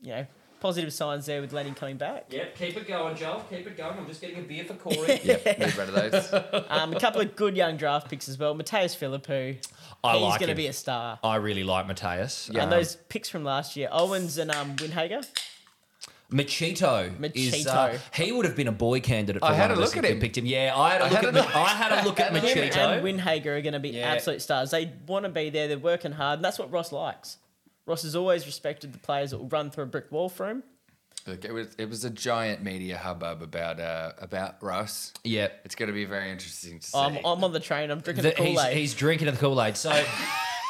Speaker 3: you know, positive signs there with Lenny coming back.
Speaker 2: Yep. Keep it going, Joel. Keep it going. I'm just getting a beer for Corey.
Speaker 1: Yep, need one of those.
Speaker 3: Um, a couple of good young draft picks as well. Mateus Philippou.
Speaker 2: I
Speaker 3: he's
Speaker 2: like
Speaker 3: going to
Speaker 2: him.
Speaker 3: be a star.
Speaker 2: I really like Mateus.
Speaker 1: Yeah.
Speaker 2: Um,
Speaker 3: And those picks from last year, Owens and um, Winhager.
Speaker 2: Machito. Is, uh,
Speaker 3: Machito.
Speaker 2: he would have been a boy candidate. For
Speaker 1: I had
Speaker 2: one
Speaker 1: a
Speaker 2: of us
Speaker 1: look
Speaker 2: if
Speaker 1: at
Speaker 2: we
Speaker 1: him.
Speaker 2: Picked him. Yeah, I had a look
Speaker 1: had
Speaker 2: at.
Speaker 1: a
Speaker 2: Ma- I had a look at
Speaker 1: Had a look.
Speaker 3: Him
Speaker 2: Machito.
Speaker 3: and Winhager are going to be
Speaker 2: Yeah.
Speaker 3: absolute stars. They want to be there. They're working hard. And that's what Ross likes. Ross has always respected the players that will run through a brick wall for him.
Speaker 1: Look, it was it was a giant media hubbub about uh, about Ross.
Speaker 2: yeah.
Speaker 1: It's going to be very interesting to see.
Speaker 3: I'm, Um, I'm on the train. I'm drinking
Speaker 2: The-
Speaker 3: the
Speaker 2: he's,
Speaker 3: Kool-Aid.
Speaker 2: he's drinking of the Kool Aid. So,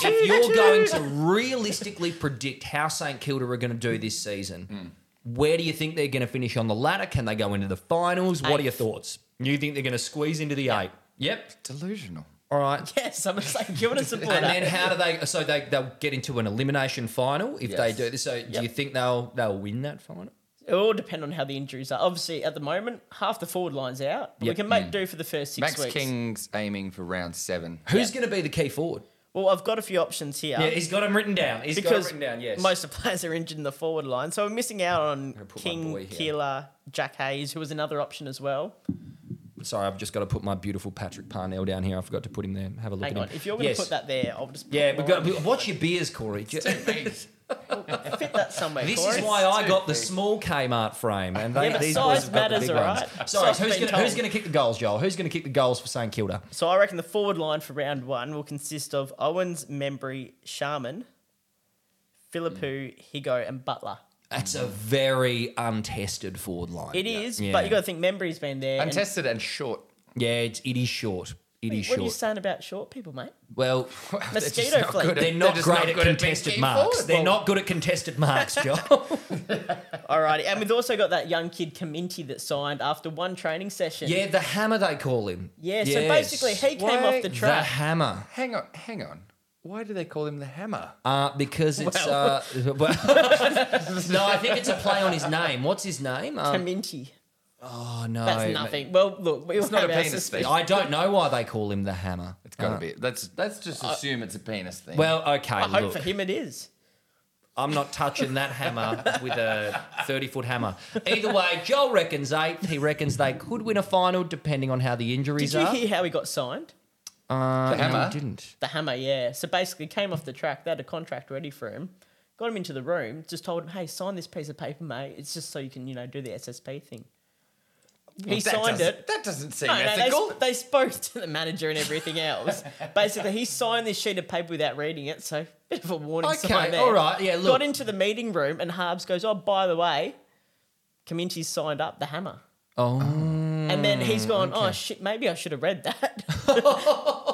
Speaker 2: if you're going to realistically predict how St Kilda are going to do this season,
Speaker 1: Hmm.
Speaker 2: where do you think they're going to finish on the ladder? Can they go into the finals? What are your
Speaker 3: Eighth.
Speaker 2: thoughts? You think they're going to squeeze into the eight? Yep.
Speaker 1: Delusional.
Speaker 2: All right.
Speaker 3: Yes, I'm just like, give it a support.
Speaker 2: And then how do they? So they they'll get into an elimination final if they
Speaker 1: Yes.
Speaker 2: do this. So do
Speaker 3: Yep.
Speaker 2: you think they'll they'll win that final?
Speaker 3: It all depend on how the injuries are. Obviously, at the moment, half the forward line's out. but We
Speaker 2: Yep.
Speaker 3: can make do for the first six
Speaker 1: Max
Speaker 3: weeks.
Speaker 1: King's aiming for round seven.
Speaker 2: Who's going to be the key forward?
Speaker 3: Well, I've got a few options here.
Speaker 2: Yeah, he's got him written down. He's got him
Speaker 3: because
Speaker 2: written down. Yes.
Speaker 3: most of the players are injured in the forward line. So we're missing out on
Speaker 2: put my boy
Speaker 3: King,
Speaker 2: here.
Speaker 3: Keeler, Jack Hayes, who was another option as well.
Speaker 2: Sorry, I've just got to put my beautiful Patrick Parnell down here. I forgot to put him there. Have a look
Speaker 3: Hang
Speaker 2: at him.
Speaker 3: on. If you're going to
Speaker 2: Yes.
Speaker 3: put that there, I'll just
Speaker 2: Yeah,
Speaker 3: put
Speaker 2: we've
Speaker 3: mine.
Speaker 2: got. we- Watch your beers, Corey. Ju-
Speaker 1: Jeez.
Speaker 3: fit that somewhere.
Speaker 2: This
Speaker 3: Corey.
Speaker 2: is why I
Speaker 1: too
Speaker 2: got the
Speaker 1: big.
Speaker 2: small Kmart frame, and they,
Speaker 3: Yeah, but
Speaker 2: these
Speaker 3: size
Speaker 2: boys have got the
Speaker 3: matters,
Speaker 2: big
Speaker 3: all
Speaker 2: ones.
Speaker 3: right?
Speaker 2: Sorry,
Speaker 3: Size
Speaker 2: who's
Speaker 3: been
Speaker 2: going who's
Speaker 3: told.
Speaker 2: going to kick the goals, Joel? Who's going to kick the goals for St Kilda?
Speaker 3: So I reckon the forward line for round one will consist of Owens, Membry, Sharman, Philippou,
Speaker 2: Hmm.
Speaker 3: Higo, and Butler.
Speaker 2: That's a very untested forward line.
Speaker 3: It is,
Speaker 2: Yeah.
Speaker 3: but you got to think Membry's been there. and-
Speaker 1: Untested and short.
Speaker 2: Yeah, it's, it is short. It is
Speaker 3: What are you
Speaker 2: short.
Speaker 3: saying about short people, mate?
Speaker 2: well,
Speaker 3: Mosquito flea.
Speaker 1: good at-
Speaker 2: they're
Speaker 1: they're
Speaker 2: not
Speaker 1: just
Speaker 2: great
Speaker 1: not
Speaker 2: at
Speaker 1: good at being
Speaker 2: contested
Speaker 1: key
Speaker 2: marks.
Speaker 1: forward.
Speaker 2: They're
Speaker 1: Well-
Speaker 2: not good at contested marks, Joe.
Speaker 3: Alrighty, and we've also got that young kid Kaminti that signed after one training session.
Speaker 2: yeah, the hammer they call him.
Speaker 3: Yeah, so
Speaker 2: Yes.
Speaker 3: basically he came
Speaker 1: Why-
Speaker 3: off the
Speaker 2: the
Speaker 3: track.
Speaker 2: hammer.
Speaker 1: Hang on, hang on. Why do they call him the Hammer?
Speaker 2: Uh, because it's uh,
Speaker 3: Well.
Speaker 2: well, no, I think it's a play on his name. What's his name? Um,
Speaker 3: Kaminti.
Speaker 2: oh no,
Speaker 3: That's nothing. Well, look, we all
Speaker 1: not
Speaker 3: have
Speaker 1: a
Speaker 3: our
Speaker 1: penis
Speaker 3: suspic-
Speaker 1: thing.
Speaker 2: I don't know why they call him the hammer. Uh,
Speaker 1: It's got to be. Let's let's just assume it's a penis thing.
Speaker 2: Well, okay,
Speaker 3: I hope
Speaker 2: look,
Speaker 3: for him it is.
Speaker 2: I'm not touching that hammer with a 30 foot hammer. Either way, Joel reckons eighth. He reckons they could win a final depending on how the injuries
Speaker 3: Did you
Speaker 2: are.
Speaker 3: hear how he got signed?
Speaker 2: Uh,
Speaker 1: The
Speaker 2: no,
Speaker 1: hammer?
Speaker 2: he didn't.
Speaker 3: The hammer, yeah. So basically, came off the track. They had a contract ready for him. Got him into the room. Just told him, "Hey, sign this piece of paper, mate. It's just so you can, you know, do the SSP thing." He
Speaker 1: That
Speaker 3: signed
Speaker 1: doesn't-
Speaker 3: it.
Speaker 1: That doesn't seem
Speaker 3: No, no, they,
Speaker 1: ethical.
Speaker 3: sp- they spoke to the manager and everything else. basically, he signed this sheet of paper without reading it, so bit of a warning
Speaker 2: Okay,
Speaker 3: sign there.
Speaker 2: all right, yeah, look.
Speaker 3: Got into the meeting room, and Harbs goes, "Oh, by the way, Cominti's signed up the hammer."
Speaker 2: Oh.
Speaker 3: And then he's gone, oh shit, maybe I should have read that.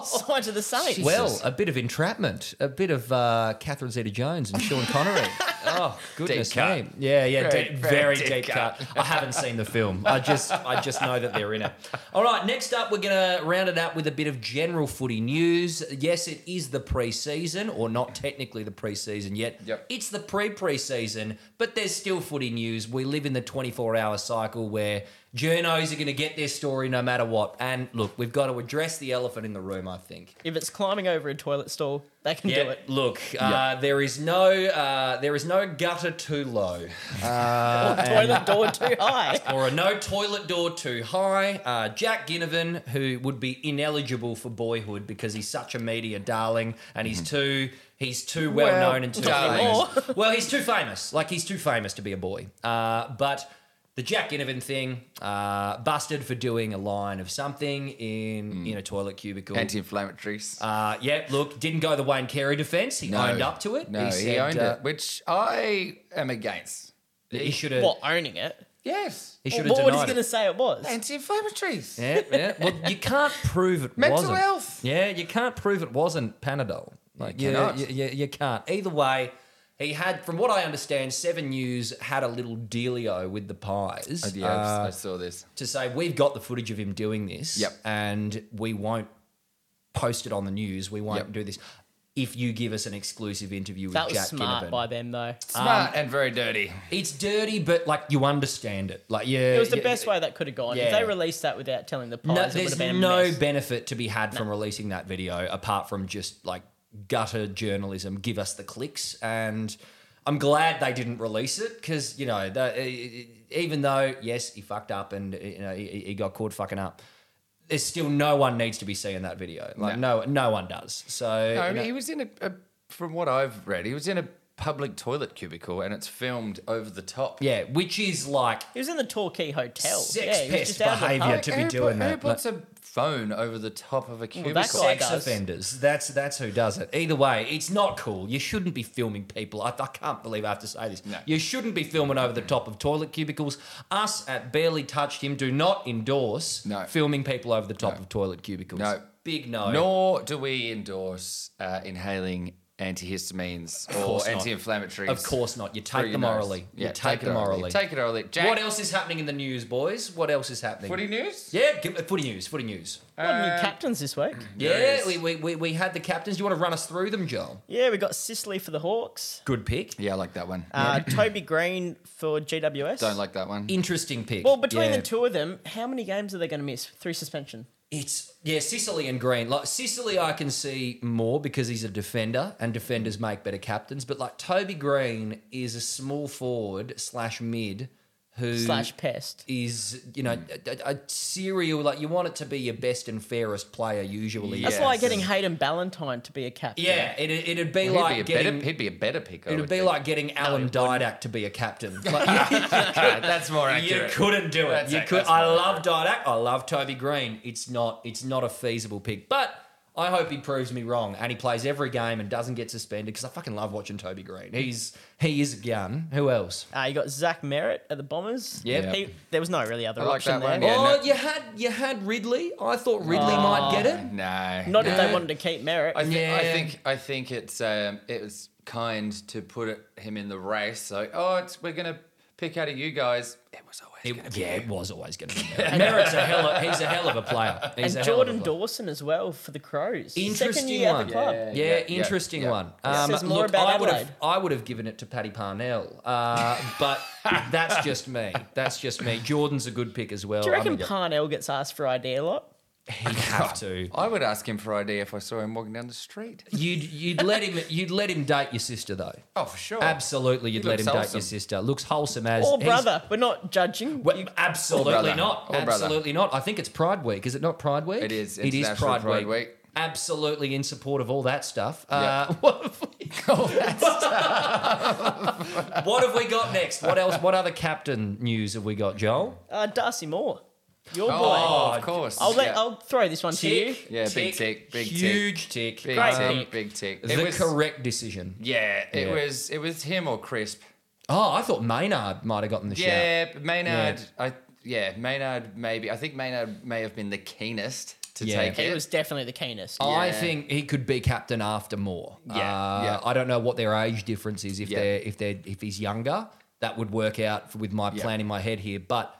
Speaker 3: Signed to the Saints.
Speaker 2: Well, a bit of entrapment, a bit of uh, Catherine Zeta-Jones and Sean Connery. oh goodness
Speaker 1: Deep cut.
Speaker 2: me! Yeah, yeah,
Speaker 1: Very,
Speaker 2: deep-
Speaker 1: very
Speaker 2: very,
Speaker 1: deep
Speaker 2: deep cut. I haven't seen the film. I just, I just know that they're in it. All right, next up, we're gonna round it up with a bit of general footy news. Yes, it is the pre-season, or not technically the pre-season yet.
Speaker 1: Yep.
Speaker 2: It's the pre-pre-season, but there's still footy news. We live in the 24-hour cycle where journos are going to get their story no matter what. And look, we've got to address the elephant in the room. I think.
Speaker 3: if it's climbing over a toilet stall, they can do
Speaker 2: Yeah,
Speaker 3: it.
Speaker 2: look, uh, there is no uh, there is no gutter too low,
Speaker 3: toilet door too high.
Speaker 2: or a no toilet door too high. Uh, Jack Ginnivan, who would be ineligible for boyhood because he's such a media darling, and he's
Speaker 1: Mm-hmm.
Speaker 2: too he's too well,
Speaker 1: Well,
Speaker 2: known and too
Speaker 1: not
Speaker 2: famous.
Speaker 1: anymore.
Speaker 2: well, he's too famous. Like he's too famous to be a boy. Uh, but the Jack Ginnivan thing, uh, busted for doing a line of something in
Speaker 1: Mm.
Speaker 2: in a toilet cubicle.
Speaker 1: Anti-inflammatories.
Speaker 2: uh, yeah, look, didn't go the Wayne Carey defence. He
Speaker 1: No.
Speaker 2: owned up to it.
Speaker 1: No, he,
Speaker 2: said,
Speaker 1: owned
Speaker 2: uh,
Speaker 1: it, which I am against.
Speaker 2: He should have.
Speaker 3: What, owning it?
Speaker 1: Yes,
Speaker 2: He should have
Speaker 3: What was he
Speaker 2: denied
Speaker 3: going to
Speaker 2: it.
Speaker 3: say it was?
Speaker 1: anti-inflammatories.
Speaker 2: Yeah, yeah. Well, you can't prove it
Speaker 1: Mental
Speaker 2: wasn't.
Speaker 1: health.
Speaker 2: Yeah, you can't prove it wasn't Panadol. Like you,
Speaker 1: You cannot.
Speaker 2: you, you, you can't. Either way, he had, from what I understand, Seven News had a little dealio with the pies
Speaker 1: Oh, yeah,
Speaker 2: uh,
Speaker 1: I saw this.
Speaker 2: to say we've got the footage of him doing this,
Speaker 1: Yep.
Speaker 2: and we won't post it on the news. We won't
Speaker 1: Yep.
Speaker 2: do this if you give us an exclusive interview
Speaker 3: that
Speaker 2: with
Speaker 3: was
Speaker 2: Jack Uh,
Speaker 3: smart
Speaker 2: Ginnivan.
Speaker 3: by them, though.
Speaker 1: Smart and very dirty.
Speaker 2: it's dirty, but like you understand it. Like yeah,
Speaker 3: It was the
Speaker 2: yeah,
Speaker 3: best way that could have gone. If
Speaker 2: yeah.
Speaker 3: they released that without telling the pies,
Speaker 2: No,
Speaker 3: Oh, it would
Speaker 2: there's
Speaker 3: have been a
Speaker 2: no
Speaker 3: mess.
Speaker 2: benefit to be had from releasing that video apart from just like gutter journalism. Give us the clicks, and I'm glad they didn't release it because you know, the, e, even though yes, he fucked up and you know he, he got caught fucking up. There's still no one needs to be seeing that video. Like no, no, one does. So
Speaker 1: No,
Speaker 2: you know-
Speaker 1: he was in a, a. From what I've read, he was in a public toilet cubicle, and it's filmed over the top.
Speaker 2: yeah, which is like
Speaker 3: He was in the Torquay Hotel.
Speaker 2: Sex
Speaker 3: yeah, he was
Speaker 2: pest
Speaker 3: just out of the
Speaker 2: behaviour
Speaker 3: park.
Speaker 2: to be
Speaker 1: who
Speaker 2: doing
Speaker 1: put,
Speaker 2: that,
Speaker 1: Who puts a phone over the top of a cubicle?
Speaker 3: that guy-
Speaker 2: sex
Speaker 3: does.
Speaker 2: offenders. That's that's who does it. Either way, it's not cool. You shouldn't be filming people. I, I can't believe I have to say this.
Speaker 1: No.
Speaker 2: You shouldn't be filming over the top of toilet cubicles. Us at barely touched him. Do not endorse
Speaker 1: No.
Speaker 2: filming people over the top of toilet cubicles.
Speaker 1: No.
Speaker 2: big no.
Speaker 1: Nor do we endorse uh, inhaling antihistamines or
Speaker 2: course not.
Speaker 1: anti-inflammatories.
Speaker 2: Of course not. You
Speaker 1: through
Speaker 2: take
Speaker 1: your
Speaker 2: them
Speaker 1: nose.
Speaker 2: orally.
Speaker 1: Yeah,
Speaker 2: you take, them
Speaker 1: it
Speaker 2: orally.
Speaker 1: Take it orally. Jack,
Speaker 2: What else is happening in the news, boys? What else is happening?
Speaker 1: Footy news?
Speaker 2: Yeah, give, uh, footy news. Footy news.
Speaker 3: What, new captains this week?
Speaker 2: Uh, Yeah,
Speaker 1: Yes.
Speaker 2: we, we, we, we had the captains. Do you want to run us through them, Joel?
Speaker 3: Yeah, we got Sicily for the Hawks.
Speaker 2: Good pick.
Speaker 1: Yeah, I like that one.
Speaker 3: Uh, Toby Green for GWS.
Speaker 1: Don't like that one.
Speaker 2: Interesting pick.
Speaker 3: Well, between
Speaker 2: Yeah.
Speaker 3: the two of them, how many games are they going to miss? Three suspension.
Speaker 2: It's yeah, Sicily and Green. Like Sicily, I can see more because he's a defender, and
Speaker 1: Mm.
Speaker 2: defenders make better captains. But like Toby Green is a small forward slash mid who
Speaker 3: slash pest.
Speaker 2: is you know
Speaker 1: Mm.
Speaker 2: a, a- a serial like you want it to be your best and fairest player usually.
Speaker 1: That's
Speaker 3: That's
Speaker 1: Yes.
Speaker 3: like getting Hayden Ballantyne to be a captain.
Speaker 2: yeah. It, it'd be
Speaker 1: he'd,
Speaker 2: like
Speaker 1: be a
Speaker 2: getting.
Speaker 1: better, he'd be a better pick. I
Speaker 2: It'd
Speaker 1: would
Speaker 2: be
Speaker 1: think.
Speaker 2: like getting Alan Didak to be a captain. Like,
Speaker 1: Ah, that's more
Speaker 2: You
Speaker 1: accurate.
Speaker 2: couldn't do it.
Speaker 1: That's
Speaker 2: you
Speaker 1: it,
Speaker 2: could.
Speaker 1: that's
Speaker 2: I
Speaker 1: not
Speaker 2: love Didak. I love Toby Green. It's not. It's not a feasible pick. But I hope he proves me wrong and he plays every game and doesn't get suspended because I fucking love watching Toby Green. He's he is a gun. Who else?
Speaker 3: Uh, you got Zach Merritt at the Bombers.
Speaker 2: Yep.
Speaker 3: He, there was no really other
Speaker 1: I like
Speaker 3: option
Speaker 1: that one,
Speaker 3: there.
Speaker 1: yeah.
Speaker 2: oh,
Speaker 1: no- Oh.
Speaker 2: you had you had Ridley. I thought Ridley might get it.
Speaker 1: No,
Speaker 3: Not
Speaker 1: no.
Speaker 3: if they wanted to keep Merritt.
Speaker 1: I, thi- I
Speaker 2: Yeah.
Speaker 1: think I think it's um, it was kind to put it, him in the race. So oh, it's we're gonna pick out of you guys. It was always gonna
Speaker 2: It,
Speaker 1: be
Speaker 2: yeah,
Speaker 1: you.
Speaker 2: it was always going to be Merritt. Merritt's a hell of, he's a hell of a player. He's
Speaker 3: and
Speaker 2: a hell of a
Speaker 3: Jordan
Speaker 2: player.
Speaker 3: Dawson as well for the Crows. Second
Speaker 2: Interesting
Speaker 3: year at
Speaker 2: one.
Speaker 3: the club.
Speaker 1: Yeah.
Speaker 2: Yeah, interesting
Speaker 1: yeah.
Speaker 2: one.
Speaker 3: Yeah.
Speaker 2: Um,
Speaker 3: Says more
Speaker 2: look,
Speaker 3: about
Speaker 2: I would have
Speaker 3: Adelaide.
Speaker 2: I would have given it to Paddy Parnell, uh, but that's just me. That's just me. Jordan's a good pick as well.
Speaker 3: Do you reckon
Speaker 2: I mean,
Speaker 3: Parnell gets asked for ID a lot?
Speaker 2: he'd have to?
Speaker 1: I would ask him for ID if I saw him walking down the street.
Speaker 2: You'd you'd let him you'd let him date your sister though.
Speaker 1: Oh, for sure.
Speaker 2: Absolutely, you'd
Speaker 1: He
Speaker 2: let him
Speaker 1: looks
Speaker 2: date
Speaker 1: wholesome.
Speaker 2: your sister. Looks wholesome as
Speaker 3: Or
Speaker 2: he's-
Speaker 3: brother? We're not judging.
Speaker 2: Well, absolutely
Speaker 1: brother.
Speaker 2: not.
Speaker 1: Or brother.
Speaker 2: absolutely not. I think it's Pride Week. Is it not Pride Week?
Speaker 1: It is.
Speaker 2: It is
Speaker 1: International
Speaker 2: Pride,
Speaker 1: Pride Week.
Speaker 2: Week. Absolutely in support of all that stuff. Uh,
Speaker 1: Yeah.
Speaker 2: what, have we, what have we got next? What else? What other captain news have we got, Joel?
Speaker 3: Uh, Darcy Moore, your boy.
Speaker 1: Oh, of course.
Speaker 3: I'll let,
Speaker 1: Yeah.
Speaker 3: I'll throw this one to you.
Speaker 1: Yeah, big tick, big tick.
Speaker 2: huge tick.
Speaker 1: big
Speaker 3: Great
Speaker 1: tick,
Speaker 3: pick.
Speaker 1: big tick. It
Speaker 2: the
Speaker 1: was-
Speaker 2: correct decision.
Speaker 1: Yeah, it
Speaker 2: Yeah.
Speaker 1: was. It was him or Crisp.
Speaker 2: Oh, I thought Maynard might have gotten the shout.
Speaker 1: Yeah, but Maynard. I yeah, Maynard. Maybe I think Maynard may have been the keenest to
Speaker 2: Yeah. Oh.
Speaker 1: take
Speaker 3: He
Speaker 1: it.
Speaker 3: was definitely the keenest.
Speaker 2: I
Speaker 1: Yeah.
Speaker 2: think he could be captain after Moore. Yeah,
Speaker 1: yeah.
Speaker 2: I don't know what their age difference is. If
Speaker 1: Yeah.
Speaker 2: they're if they're if he's younger, that would work out with my
Speaker 1: Yeah.
Speaker 2: plan in my head here. But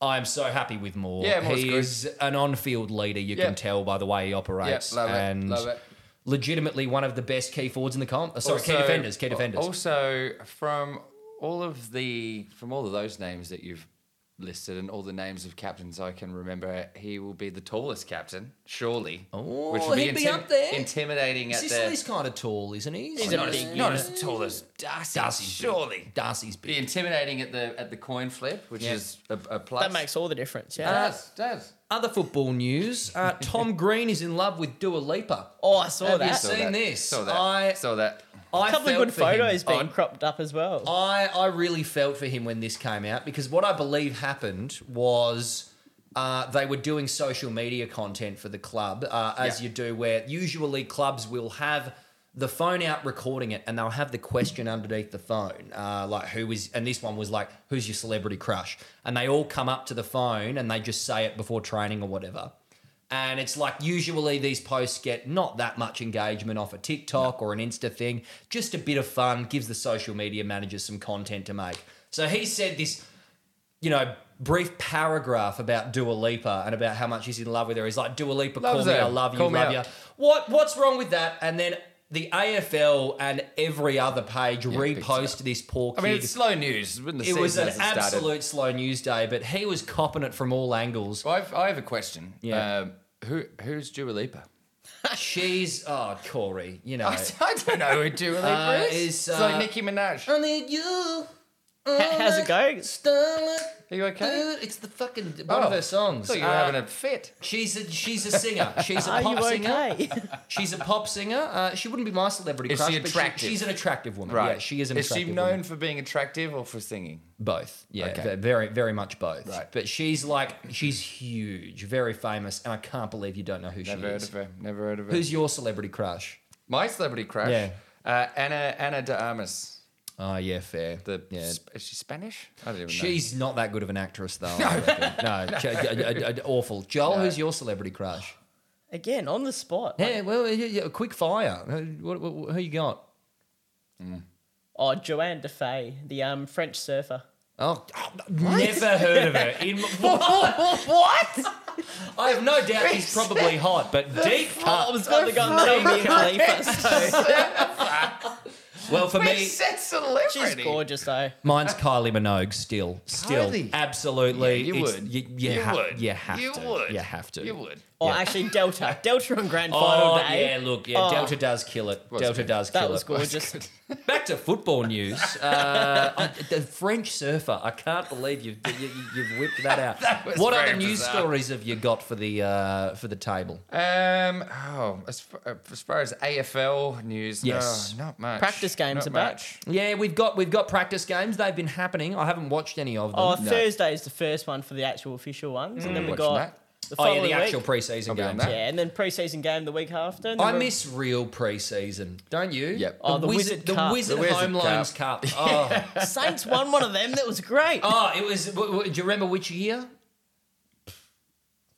Speaker 2: I'm so happy with Moore.
Speaker 1: Yeah, Moore's
Speaker 2: he
Speaker 1: good.
Speaker 2: is an on-field leader. You
Speaker 1: Yeah.
Speaker 2: can tell by the way he operates.
Speaker 1: Yeah, love it,
Speaker 2: and
Speaker 1: love it.
Speaker 2: Legitimately, one of the best key forwards in the comp. uh, sorry, key
Speaker 1: Also-
Speaker 2: defenders. Key defenders.
Speaker 1: Also, from all of the from all of those names that you've listed and all the names of captains I can remember, he will be the tallest captain, surely.
Speaker 2: Oh, he'd be up there.
Speaker 1: intimidating at
Speaker 2: Sicily's
Speaker 1: the
Speaker 2: kind of tall, isn't he?
Speaker 3: He's
Speaker 2: Like,
Speaker 3: a
Speaker 1: not as,
Speaker 3: big
Speaker 1: not
Speaker 3: unit.
Speaker 1: as tall as Darcy,
Speaker 2: Darcy's big.
Speaker 1: surely.
Speaker 2: Darcy's
Speaker 1: Be
Speaker 2: big.
Speaker 1: intimidating at the at the coin flip, which
Speaker 2: Yeah.
Speaker 1: is a, a plus.
Speaker 3: that makes all the difference. Yeah.
Speaker 1: does does.
Speaker 2: Other football news: uh, Tom Green is in love with Dua Lipa.
Speaker 3: oh, I saw
Speaker 2: Have you
Speaker 3: that.
Speaker 2: seen-
Speaker 1: that.
Speaker 2: this.
Speaker 1: Saw that.
Speaker 2: I-
Speaker 1: saw that.
Speaker 2: I
Speaker 3: A couple of
Speaker 2: felt
Speaker 3: good
Speaker 2: for him. Oh,
Speaker 3: photos being
Speaker 2: I-
Speaker 3: cropped up as well.
Speaker 2: I, I really felt for him when this came out because what I believe happened was uh, they were doing social media content for the club, uh, as
Speaker 1: Yeah.
Speaker 2: you do, where usually clubs will have the phone out recording it and they'll have the question underneath the phone, uh, like who is, and this one was like, who's your celebrity crush? And they all come up to the phone and they just say it before training or whatever. And it's like usually these posts get not that much engagement off a TikTok or an Insta thing, just a bit of fun, gives the social media managers some content to make. So he said this, you know, brief paragraph about Dua Lipa and about how much he's in love with her. He's like, Dua Lipa, call
Speaker 1: Loves
Speaker 2: me,
Speaker 1: her.
Speaker 2: I love you,
Speaker 1: Call me
Speaker 2: love you.
Speaker 1: up.
Speaker 2: What what's wrong with that? And then the AFL and every other page
Speaker 1: big
Speaker 2: repost this poor
Speaker 1: I
Speaker 2: kid
Speaker 1: mean, it's slow news. When the
Speaker 2: it
Speaker 1: season
Speaker 2: was an
Speaker 1: hasn't started.
Speaker 2: absolute slow news day, but he was copping it from all angles.
Speaker 1: Well, I've, I have a question.
Speaker 2: Yeah.
Speaker 1: Um, who who's Dua Lipa?
Speaker 2: She's oh Corey, you know.
Speaker 1: I, I don't know who Dua Lipa
Speaker 2: Uh,
Speaker 1: is. it's
Speaker 2: is, uh,
Speaker 1: like Nicki Minaj.
Speaker 2: I need you.
Speaker 3: Ha- how's it go?
Speaker 2: Stomach.
Speaker 1: Are you okay? Oh,
Speaker 2: Dude, it's the fucking one of her songs.
Speaker 1: So you were
Speaker 2: Uh,
Speaker 1: having a fit.
Speaker 2: she's a she's a singer. She's a
Speaker 3: Are you
Speaker 2: pop singer.
Speaker 3: okay?
Speaker 2: She's a pop singer. Uh, she wouldn't be my celebrity
Speaker 1: Is
Speaker 2: crush,
Speaker 1: she
Speaker 2: but
Speaker 1: attractive?
Speaker 2: she's an attractive woman. Yeah, she is an
Speaker 1: Is she
Speaker 2: attractive
Speaker 1: known
Speaker 2: woman.
Speaker 1: for being attractive or for singing?
Speaker 2: Both. Yeah,
Speaker 1: Okay.
Speaker 2: ve- very very much both.
Speaker 1: Right.
Speaker 2: But she's like she's huge, very famous, and I can't believe you don't know who
Speaker 1: Never
Speaker 2: she
Speaker 1: heard
Speaker 2: is.
Speaker 1: of her. Never heard of her.
Speaker 2: Who's your celebrity crush?
Speaker 1: my celebrity crush?
Speaker 2: Yeah.
Speaker 1: Uh, Anna Anna de Armas.
Speaker 2: Oh yeah, fair.
Speaker 1: The
Speaker 2: yeah.
Speaker 1: sp- is she Spanish? I don't even
Speaker 2: She's not that good of an actress, though. I reckon. no, she- a- a- a- awful. Joel,
Speaker 1: No.
Speaker 2: who's your celebrity crush?
Speaker 3: Again, on the spot.
Speaker 2: Yeah, well, yeah, yeah, quick fire. Uh, What, what, who you got?
Speaker 3: Oh, Joanne Defay, the um, French surfer.
Speaker 2: Oh, never heard of her. In,
Speaker 3: what?
Speaker 2: I have no doubt she's probably hot, but deep
Speaker 3: I
Speaker 2: cut.
Speaker 3: was going to go Naomi Khalifa. So
Speaker 2: Well, for
Speaker 1: know.
Speaker 2: me,
Speaker 1: said celebrity.
Speaker 3: she's gorgeous though.
Speaker 2: mine's Kylie Minogue. Still, still,
Speaker 1: Kylie?
Speaker 2: absolutely.
Speaker 1: Yeah, you
Speaker 2: It's-
Speaker 1: would.
Speaker 2: You, you
Speaker 1: You
Speaker 2: ha-
Speaker 1: would.
Speaker 2: You have
Speaker 1: You
Speaker 2: to.
Speaker 1: would.
Speaker 2: You have to.
Speaker 1: You would.
Speaker 3: Oh,
Speaker 2: Yeah.
Speaker 3: actually, Delta. Delta on grand final
Speaker 2: Oh
Speaker 3: day.
Speaker 2: yeah, look, yeah,
Speaker 3: Oh.
Speaker 2: Delta does kill it.
Speaker 1: Was
Speaker 2: Delta
Speaker 1: good.
Speaker 2: does kill
Speaker 3: That was
Speaker 2: it.
Speaker 3: gorgeous.
Speaker 2: Back to football news. Uh, I- the French surfer. I can't believe you've you, you- you've whipped that out.
Speaker 1: was
Speaker 2: what
Speaker 1: very
Speaker 2: other news
Speaker 1: bizarre.
Speaker 2: stories have you got for the uh, for the table?
Speaker 1: Um. Oh, as far, uh, as far as AFL news,
Speaker 2: Yes.
Speaker 1: no, not much.
Speaker 3: Practice
Speaker 1: Not
Speaker 3: games are back.
Speaker 1: much.
Speaker 2: Yeah, we've got we've got practice games. They've
Speaker 1: Oh,
Speaker 2: been happening. I haven't watched any of them.
Speaker 3: Oh, Thursday is the first one for the actual official ones, and then we
Speaker 1: Watching
Speaker 3: got
Speaker 1: that.
Speaker 2: Mm.
Speaker 3: The
Speaker 2: Oh yeah,
Speaker 3: following
Speaker 2: the actual
Speaker 3: week.
Speaker 1: I'll
Speaker 2: preseason
Speaker 1: be on
Speaker 2: game.
Speaker 1: that.
Speaker 3: Yeah, and then preseason game the week after. and then
Speaker 2: I
Speaker 3: we'll-
Speaker 2: miss real preseason, don't you?
Speaker 1: Yep.
Speaker 2: The,
Speaker 3: Oh, the
Speaker 2: Wizard,
Speaker 3: Wizard
Speaker 2: the
Speaker 3: Cup.
Speaker 2: Wizard
Speaker 1: The Wizard
Speaker 2: Home
Speaker 1: Cup.
Speaker 2: Loans Cup. Oh.
Speaker 3: Saints won one of them. That was great.
Speaker 2: oh, it was. w- w- Do you remember which year?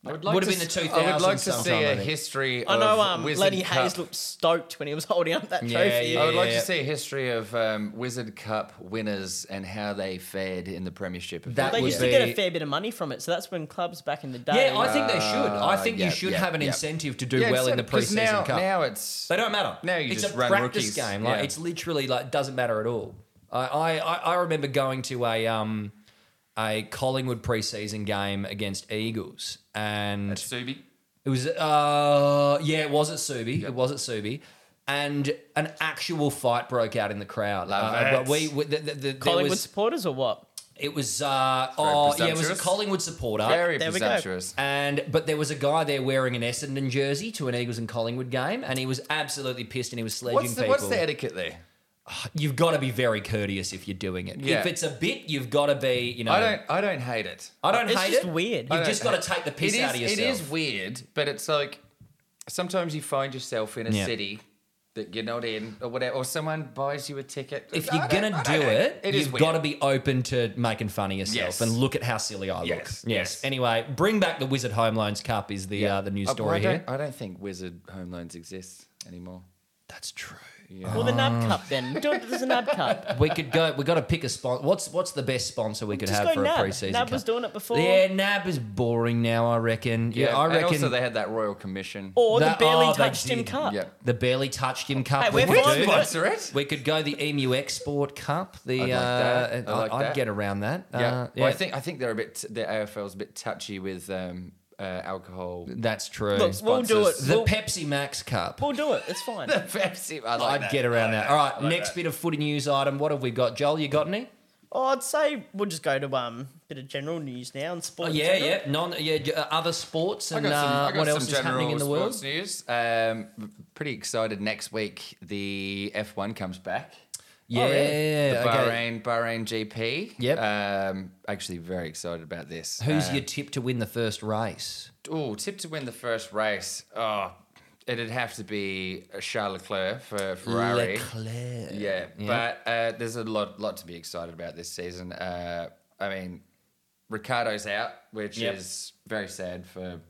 Speaker 1: I would
Speaker 2: Would've
Speaker 1: to
Speaker 2: been
Speaker 1: s-
Speaker 2: the
Speaker 1: I would
Speaker 2: 2000
Speaker 1: like to see
Speaker 2: sometime, I
Speaker 1: a
Speaker 2: think.
Speaker 1: history.
Speaker 3: I know
Speaker 1: of
Speaker 3: um,
Speaker 1: Wizard
Speaker 3: Lenny
Speaker 1: Cup.
Speaker 3: Hayes looked stoked when he was holding up that
Speaker 2: Yeah,
Speaker 3: trophy.
Speaker 1: I would like
Speaker 2: Yeah.
Speaker 1: to see a history of um, Wizard Cup winners and how they fared in the Premiership.
Speaker 2: That
Speaker 3: They
Speaker 2: would
Speaker 3: used
Speaker 2: be-
Speaker 3: to get a fair bit of money from it, so that's when clubs back in the day.
Speaker 2: Yeah, I think they should. I
Speaker 1: Uh,
Speaker 2: think
Speaker 1: yeah,
Speaker 2: you should
Speaker 1: yeah,
Speaker 2: have an
Speaker 1: yeah.
Speaker 2: incentive to do well in the preseason
Speaker 1: now,
Speaker 2: cup.
Speaker 1: Now it's
Speaker 2: they don't matter.
Speaker 1: Now you
Speaker 2: it's
Speaker 1: just
Speaker 2: a
Speaker 1: run
Speaker 2: practice
Speaker 1: rookies.
Speaker 2: game. Like
Speaker 1: Yeah.
Speaker 2: it's literally like doesn't matter at all. I, I I I remember going to a um a Collingwood preseason game against Eagles and
Speaker 1: Subi.
Speaker 2: it was uh yeah, it was at Subi. It was at Subi. And an actual fight broke out in the crowd.
Speaker 1: Love
Speaker 2: Uh, but
Speaker 1: it.
Speaker 2: we, we the, the, the, there
Speaker 3: Collingwood
Speaker 2: was-
Speaker 3: supporters or what?
Speaker 2: it was uh oh yeah, it was a
Speaker 1: presumptuous.
Speaker 2: Collingwood supporter.
Speaker 1: Very
Speaker 3: There we go.
Speaker 1: presumptuous.
Speaker 2: And but there was a guy there wearing an Essendon jersey to an Eagles and Collingwood game, and he was absolutely pissed and he was sledging
Speaker 1: What's the,
Speaker 2: people.
Speaker 1: what's the etiquette there?
Speaker 2: You've got to be very courteous if you're doing it.
Speaker 1: Yeah.
Speaker 2: If it's a bit, you've got to be. You know,
Speaker 1: I don't. I don't hate it.
Speaker 2: I don't
Speaker 3: It's
Speaker 2: hate
Speaker 3: just
Speaker 2: it.
Speaker 3: weird.
Speaker 1: I
Speaker 2: You've
Speaker 1: don't
Speaker 2: just got
Speaker 1: hate-
Speaker 2: to take the piss
Speaker 1: It
Speaker 2: out
Speaker 1: is-
Speaker 2: of yourself.
Speaker 1: It is weird, but it's like sometimes you find yourself in a
Speaker 2: Yeah.
Speaker 1: city that you're not in, or whatever, or someone buys you a ticket.
Speaker 2: If
Speaker 1: I
Speaker 2: you're
Speaker 1: don't-
Speaker 2: gonna
Speaker 1: I
Speaker 2: do
Speaker 1: don't know.
Speaker 2: it,
Speaker 1: It is
Speaker 2: you've
Speaker 1: weird.
Speaker 2: got to be open to making fun of yourself
Speaker 1: Yes.
Speaker 2: and look at how silly I look.
Speaker 1: Yes, yes.
Speaker 2: Anyway, bring back the Wizard Home Loans Cup is the uh, the new
Speaker 1: Uh, well,
Speaker 2: story
Speaker 1: I
Speaker 2: here.
Speaker 1: Don't, I don't think Wizard Home Loans exists anymore.
Speaker 2: That's true.
Speaker 3: Well, the Nab Cup then. Do it as a Nab Cup.
Speaker 2: We Oh. could go. We got to pick a sponsor. What's what's the best sponsor we could
Speaker 3: Just
Speaker 2: have
Speaker 3: go
Speaker 2: for a
Speaker 3: Nab.
Speaker 2: preseason?
Speaker 3: Nab
Speaker 2: cup?
Speaker 3: was doing it before.
Speaker 2: Yeah, Nab is boring now. I reckon. Yeah, I reckon.
Speaker 1: And also, they had that Royal Commission.
Speaker 3: Or
Speaker 2: That-
Speaker 3: the barely
Speaker 2: oh, they
Speaker 3: touched him
Speaker 2: did.
Speaker 3: cup.
Speaker 1: Yeah.
Speaker 2: the barely touched him cup.
Speaker 3: Hey,
Speaker 2: we
Speaker 3: we're
Speaker 2: could
Speaker 3: fine
Speaker 2: do.
Speaker 3: with it.
Speaker 1: Sponsor it.
Speaker 2: We could go the EMU Export Cup. The
Speaker 1: I'd like
Speaker 2: uh,
Speaker 1: that. I
Speaker 2: I-
Speaker 1: like
Speaker 2: I'd
Speaker 1: that.
Speaker 2: get around that. Uh,
Speaker 1: Yeah.
Speaker 2: yeah.
Speaker 1: Well, I think I think they're a bit the AFL's a bit touchy with um, uh, alcohol.
Speaker 2: that's true.
Speaker 3: Look, we'll do it.
Speaker 1: Sponsors.
Speaker 2: the
Speaker 3: We'll,
Speaker 2: Pepsi Max Cup.
Speaker 3: we'll do it. It's fine.
Speaker 1: Pepsi. I
Speaker 2: I'd
Speaker 1: like that.
Speaker 2: get around that. All right, next bit of footy news item. What have we got, Joel? You got any?
Speaker 3: oh, I'd say we'll just go to um a bit of general news now and
Speaker 2: Oh,
Speaker 3: sports.
Speaker 2: yeah,
Speaker 3: in general.
Speaker 2: yeah. Non, yeah. j- uh, Other sports
Speaker 1: I
Speaker 2: and
Speaker 1: got some, I
Speaker 2: uh,
Speaker 1: got
Speaker 2: what
Speaker 1: some
Speaker 2: else is
Speaker 1: general
Speaker 2: happening in the world?
Speaker 1: sports news. Um, pretty excited next week. The F1 comes back.
Speaker 2: Yeah.
Speaker 1: Oh, The
Speaker 2: okay.
Speaker 1: Bahrain Bahrain GP.
Speaker 2: Yep.
Speaker 1: Um, actually, very excited about this.
Speaker 2: Who's
Speaker 1: Uh,
Speaker 2: your tip to win the first race?
Speaker 1: Oh, tip to win the first race. Oh, it'd have to be Charles Leclerc for Ferrari.
Speaker 2: Leclerc.
Speaker 1: Yeah, but uh, there's a lot lot to be excited about this season. Uh, I mean, Ricardo's out, which
Speaker 2: Yep.
Speaker 1: is very sad for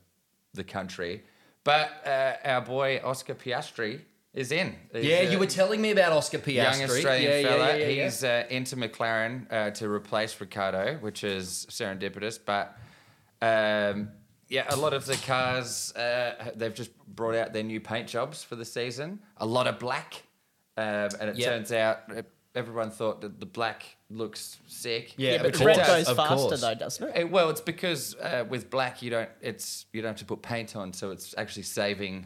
Speaker 1: the country. But uh, our boy Oscar Piastri is in. He's,
Speaker 2: Yeah,
Speaker 1: uh,
Speaker 2: you were telling me about Oscar Piastri.
Speaker 1: young Australian
Speaker 2: yeah, yeah,
Speaker 1: fella.
Speaker 2: Yeah, yeah, yeah.
Speaker 1: He's Uh, into McLaren uh, to replace Ricardo, which is serendipitous. But um, yeah, a lot of the cars uh, they've just brought out their new paint jobs for the season. A lot of black, um, and it
Speaker 2: Yeah.
Speaker 1: turns out uh, everyone thought that the black looks sick.
Speaker 2: Yeah,
Speaker 3: Yeah, but
Speaker 2: of
Speaker 3: red
Speaker 2: course,
Speaker 3: goes
Speaker 2: of
Speaker 3: faster
Speaker 2: course.
Speaker 3: though, doesn't it?
Speaker 1: Eh, well, it's because uh, with black you don't it's you don't have to put paint on, so it's actually saving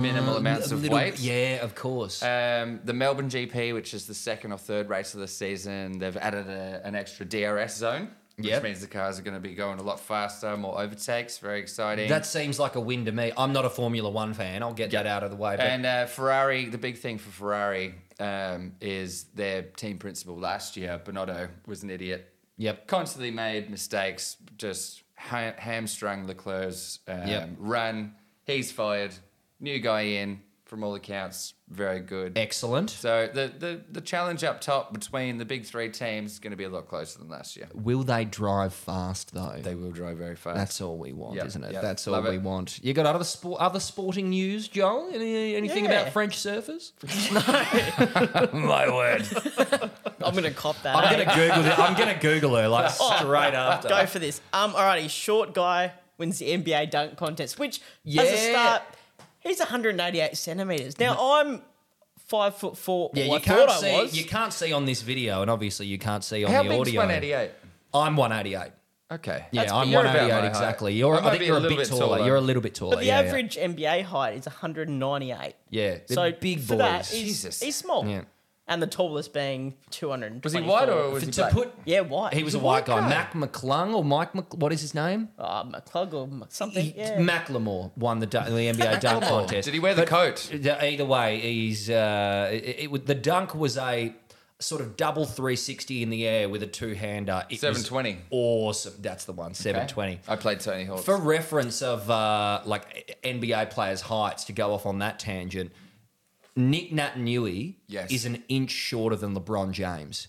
Speaker 1: minimal amounts
Speaker 2: A
Speaker 1: of
Speaker 2: Ah. little-
Speaker 1: weight.
Speaker 2: Yeah, of course.
Speaker 1: Um, the Melbourne GP, which is the second or third race of the season, they've added a, an extra DRS zone, which
Speaker 2: Yep.
Speaker 1: means the cars are going to be going a lot faster, more overtakes. Very exciting.
Speaker 2: that seems like a win to me. I'm not a Formula One fan. I'll get that out of the way. But
Speaker 1: and uh, Ferrari, the big thing for Ferrari um, is their team principal last year, Bonotto, was an idiot.
Speaker 2: yep,
Speaker 1: Constantly made mistakes, just ha- hamstrung Leclerc's um,
Speaker 2: Yep.
Speaker 1: run. He's fired. New guy in, from all accounts, very good.
Speaker 2: excellent.
Speaker 1: So the, the, the challenge up top between the big three teams is going to be a lot closer than last year.
Speaker 2: Will they drive fast though?
Speaker 1: They will drive very fast.
Speaker 2: That's all we want,
Speaker 1: Yep,
Speaker 2: isn't it?
Speaker 1: yep.
Speaker 2: That's all
Speaker 1: Love
Speaker 2: we
Speaker 1: it.
Speaker 2: want. You got other sport, other sporting news, Joel? Any, anything
Speaker 3: Yeah.
Speaker 2: about French surfers?
Speaker 1: my word.
Speaker 3: I'm gonna cop that. eh?
Speaker 2: I'm gonna Google. It. I'm gonna Google her like
Speaker 3: Oh,
Speaker 2: straight after.
Speaker 3: Go for this. Um, alrighty, short guy wins the NBA dunk contest, which as
Speaker 2: Yeah.
Speaker 3: a start, he's 188 centimeters. Now I'm five foot four.
Speaker 2: Yeah,
Speaker 3: well, I
Speaker 2: you can't
Speaker 3: thought
Speaker 2: see.
Speaker 3: I was.
Speaker 2: You can't see on this video, and obviously you can't see on
Speaker 1: How
Speaker 2: the
Speaker 1: big's
Speaker 2: audio.
Speaker 1: 188?
Speaker 2: I'm 188.
Speaker 1: Okay.
Speaker 2: Yeah,
Speaker 1: That's-
Speaker 2: I'm
Speaker 1: you're about
Speaker 2: 188
Speaker 1: my height.
Speaker 2: exactly. You're,
Speaker 1: might
Speaker 2: I think
Speaker 1: be
Speaker 2: you're a, bit, taller. You're a little bit taller.
Speaker 3: but the
Speaker 2: yeah, yeah.
Speaker 3: average NBA height is 198.
Speaker 2: Yeah, they're
Speaker 3: so
Speaker 2: big
Speaker 3: for that,
Speaker 2: boys.
Speaker 3: he's,
Speaker 1: Jesus.
Speaker 3: he's small.
Speaker 2: Yeah.
Speaker 3: And the tallest being 200.
Speaker 1: Was he white or was
Speaker 2: For-
Speaker 1: he
Speaker 2: to
Speaker 1: black?
Speaker 2: put,
Speaker 3: Yeah, white.
Speaker 2: he was a
Speaker 3: He's
Speaker 2: white guy.
Speaker 1: guy.
Speaker 2: Mac McClung or Mike Mc, what is his name?
Speaker 3: Uh, McClug or Mc- something.
Speaker 2: He,
Speaker 3: yeah.
Speaker 2: Macklemore won the, dun- the NBA dunk contest.
Speaker 1: Did he wear the coat?
Speaker 2: The- Either way, he's uh, it, it, was- the dunk was a sort of double 360 in the air with a two hander.
Speaker 1: 720.
Speaker 2: Awesome. That's the one, 720.
Speaker 1: I played Tony Hawk.
Speaker 2: For reference of uh, like NBA players' heights, to go off on that tangent, Nick Natanui
Speaker 1: Yes.
Speaker 2: is an inch shorter than LeBron James.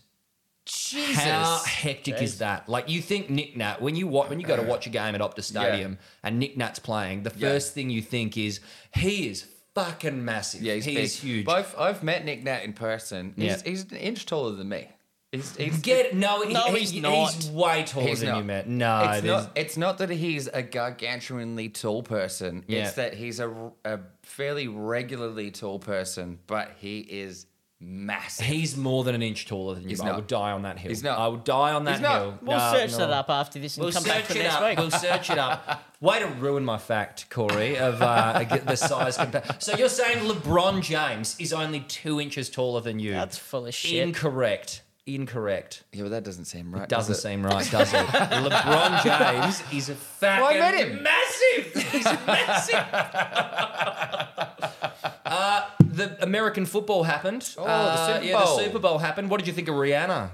Speaker 1: Jesus.
Speaker 2: How hectic is that? Like you think Nick Nat when you wa- when you go to watch a game at Optus Stadium and Nick Nat's playing, the
Speaker 1: Yeah.
Speaker 2: first thing you think is he is fucking massive.
Speaker 1: Yeah, he's
Speaker 2: he
Speaker 1: big.
Speaker 2: is huge.
Speaker 1: But I've, I've met Nick Nat in person. He's,
Speaker 2: Yeah.
Speaker 1: he's an inch taller than me. He's, he's,
Speaker 2: Get no, he-
Speaker 3: No,
Speaker 2: he-
Speaker 3: he's
Speaker 2: he's
Speaker 3: not.
Speaker 2: way taller than you, Matt. No,
Speaker 1: it's
Speaker 2: there's-
Speaker 1: not. It's not that he's a gargantuanly tall person.
Speaker 2: Yeah.
Speaker 1: It's that he's a, a fairly regularly tall person, but he is massive.
Speaker 2: He's more than an inch taller than you.
Speaker 1: He's
Speaker 2: I
Speaker 1: not.
Speaker 2: would die on that hill.
Speaker 1: He's not.
Speaker 2: I would die on that
Speaker 1: not.
Speaker 2: hill.
Speaker 3: We'll
Speaker 2: No,
Speaker 3: search
Speaker 2: no.
Speaker 3: that up after this and
Speaker 2: We'll
Speaker 3: come back
Speaker 2: search
Speaker 3: for
Speaker 2: it
Speaker 3: next
Speaker 2: up.
Speaker 3: week.
Speaker 2: We'll search it up. Way to ruin my fact, Corey, of uh, the size comparison. So you're saying LeBron James is only two inches taller than you?
Speaker 3: That's full of shit.
Speaker 2: incorrect. Incorrect.
Speaker 1: yeah, but that doesn't seem right.
Speaker 2: Doesn't
Speaker 1: does it?
Speaker 2: seem right, does it? LeBron James is a fat.
Speaker 1: Well, I met him.
Speaker 2: Massive. He's massive. uh, the American football happened.
Speaker 1: Oh, the
Speaker 2: Uh,
Speaker 1: Super
Speaker 2: yeah, the
Speaker 1: Bowl.
Speaker 2: Super Bowl happened. What did you think of Rihanna?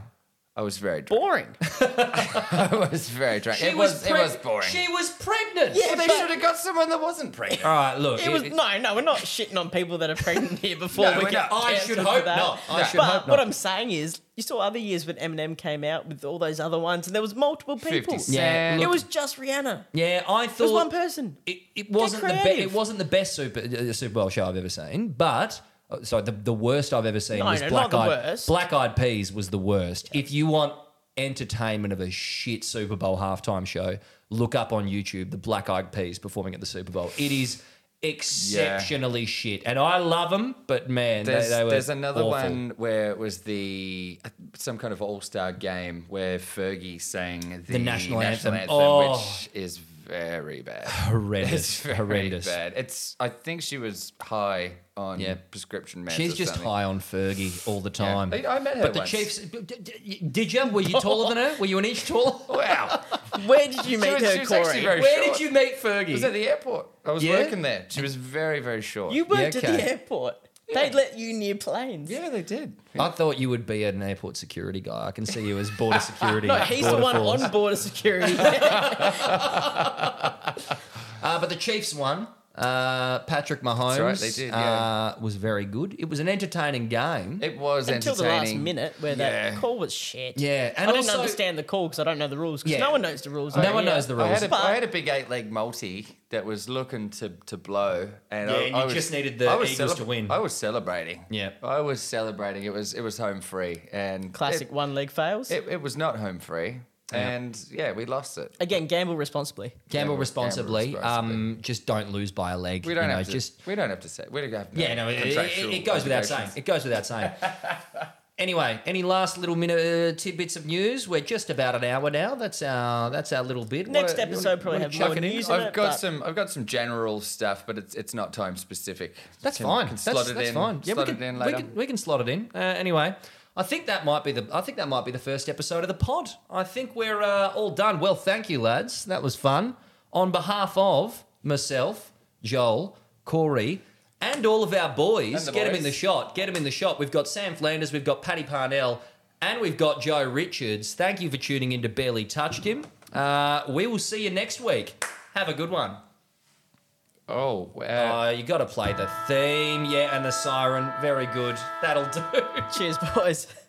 Speaker 1: I was very drunk.
Speaker 3: Boring.
Speaker 1: I was very drunk.
Speaker 2: She
Speaker 1: it was,
Speaker 2: preg-
Speaker 1: it was boring.
Speaker 2: She was pregnant.
Speaker 1: Well, they should have got someone that wasn't pregnant.
Speaker 2: All right, look.
Speaker 3: It was no, no. We're not shitting on people that are pregnant here before
Speaker 1: No,
Speaker 3: we
Speaker 1: we're
Speaker 3: get.
Speaker 1: not.
Speaker 2: I
Speaker 3: cancelled
Speaker 2: should
Speaker 3: for
Speaker 2: hope
Speaker 3: that.
Speaker 2: not. I should
Speaker 3: but
Speaker 2: hope
Speaker 3: what
Speaker 2: not.
Speaker 3: I'm saying is, you saw other years when Eminem came out with all those other ones, and there was multiple
Speaker 1: 50
Speaker 3: people.
Speaker 1: Cent.
Speaker 2: Yeah,
Speaker 3: It was just Rihanna.
Speaker 2: yeah, I
Speaker 3: It was one
Speaker 2: thought
Speaker 3: person.
Speaker 2: it, it wasn't the be-
Speaker 3: creative.
Speaker 2: it wasn't the best Super uh, Super Bowl show I've ever seen, but oh, sorry, the, the worst I've ever seen
Speaker 3: No,
Speaker 2: was
Speaker 3: no,
Speaker 2: Black
Speaker 3: not the
Speaker 2: Eyed
Speaker 3: worst.
Speaker 2: Black Eyed Peas was the worst. If you want entertainment of a shit Super Bowl halftime show, look up on YouTube the Black Eyed Peas performing at the Super Bowl. It is exceptionally shit, and I love them, but man, they-
Speaker 1: There's,
Speaker 2: they, were
Speaker 1: there's another
Speaker 2: awful.
Speaker 1: one where it was the uh, some kind of all star game where Fergie sang the,
Speaker 2: national anthem. Oh.
Speaker 1: which is very bad.
Speaker 2: horrendous,
Speaker 1: very
Speaker 2: horrendous.
Speaker 1: bad. It's I think she was high on
Speaker 2: Yeah.
Speaker 1: prescription meds.
Speaker 2: She's
Speaker 1: or
Speaker 2: just
Speaker 1: something.
Speaker 2: high on Fergie all the time.
Speaker 1: I- I met her
Speaker 2: But the
Speaker 1: once.
Speaker 2: Chiefs, d- d- d- did you? Were you taller than her? Were you an inch taller?
Speaker 1: Wow.
Speaker 3: Where did you meet
Speaker 1: was-
Speaker 3: her,
Speaker 1: she was actually
Speaker 3: Corey?
Speaker 1: very-
Speaker 2: Where
Speaker 1: short.
Speaker 2: did you meet
Speaker 1: I was
Speaker 2: Fergie?
Speaker 1: at the airport. I was
Speaker 2: Yeah?
Speaker 1: working there. She was very, very short.
Speaker 3: you worked
Speaker 2: Yeah,
Speaker 3: at
Speaker 2: okay.
Speaker 3: the airport. They'd let you near planes.
Speaker 1: yeah, they did.
Speaker 2: I thought you would be an airport security guy. I can see you as border security.
Speaker 3: No, he's the
Speaker 2: border
Speaker 3: one
Speaker 2: force.
Speaker 3: on border security.
Speaker 2: Uh, but the Chiefs won. Uh, Patrick Mahomes
Speaker 1: right, they did, yeah.
Speaker 2: uh, was very good. It was an entertaining game.
Speaker 1: It was
Speaker 3: Until the last
Speaker 1: entertaining.
Speaker 3: minute where
Speaker 1: Yeah.
Speaker 3: that call was shit.
Speaker 2: Yeah, and
Speaker 3: I didn't
Speaker 2: also-
Speaker 3: understand the call because I don't know the rules. Because
Speaker 2: Yeah.
Speaker 3: no one knows the rules.
Speaker 2: no
Speaker 3: over
Speaker 2: one
Speaker 3: here.
Speaker 2: knows the
Speaker 1: I
Speaker 2: rules.
Speaker 1: had, a, I had a big eight leg multi that was looking to, to blow, and I,
Speaker 2: Yeah, and you
Speaker 1: I was,
Speaker 2: just needed the
Speaker 1: I was
Speaker 2: Eagles to win.
Speaker 1: I was celebrating.
Speaker 2: Yeah.
Speaker 1: I was celebrating. It was it was home free and
Speaker 3: Classic
Speaker 1: It,
Speaker 3: one leg fails.
Speaker 1: it, it was not home free, and yeah, we lost it.
Speaker 3: Again, gamble responsibly.
Speaker 2: gamble,
Speaker 1: Gamble
Speaker 2: responsibly.
Speaker 1: responsibly.
Speaker 2: Um, just don't lose by a leg.
Speaker 1: We don't
Speaker 2: you know,
Speaker 1: have to.
Speaker 2: Just
Speaker 1: we don't have to say. We don't have.
Speaker 2: Yeah, no, it, it-
Speaker 1: contractual
Speaker 2: it goes without saying.
Speaker 1: obligations.
Speaker 2: It goes without saying. anyway, any last little minute uh, tidbits of news? We're just about an hour now. That's our that's our little bit.
Speaker 3: Next
Speaker 2: What-
Speaker 3: episode probably have
Speaker 2: chuck
Speaker 3: more
Speaker 2: it in?
Speaker 3: news. in
Speaker 1: I've
Speaker 3: it,
Speaker 1: got
Speaker 3: but-
Speaker 1: some. I've got some general stuff, but it's it's not time specific.
Speaker 2: That's
Speaker 1: Can-
Speaker 2: fine.
Speaker 1: Can
Speaker 2: that's
Speaker 1: slot it
Speaker 2: that's
Speaker 1: in.
Speaker 2: fine. Yeah,
Speaker 1: slot
Speaker 2: we can,
Speaker 1: it in later.
Speaker 2: We can, we can slot it in. Uh, anyway, I think that might be the I think that might be the first episode of the pod. I think we're uh, all done. Well, thank you, lads. That was fun. On behalf of myself, Joel, Corey, and all of our boys,
Speaker 1: And the
Speaker 2: get them in
Speaker 1: boys.
Speaker 2: the shot. Get them in the shot. We've got Sam Flanders. We've got Paddy Parnell. And we've got Joe Richards. Thank you for tuning in to Barely Touched Him. Uh, we will see you next week. Have a good one.
Speaker 1: oh wow.
Speaker 2: Uh, you got to play the theme, yeah, and the siren. Very good. That'll do.
Speaker 3: Cheers, boys.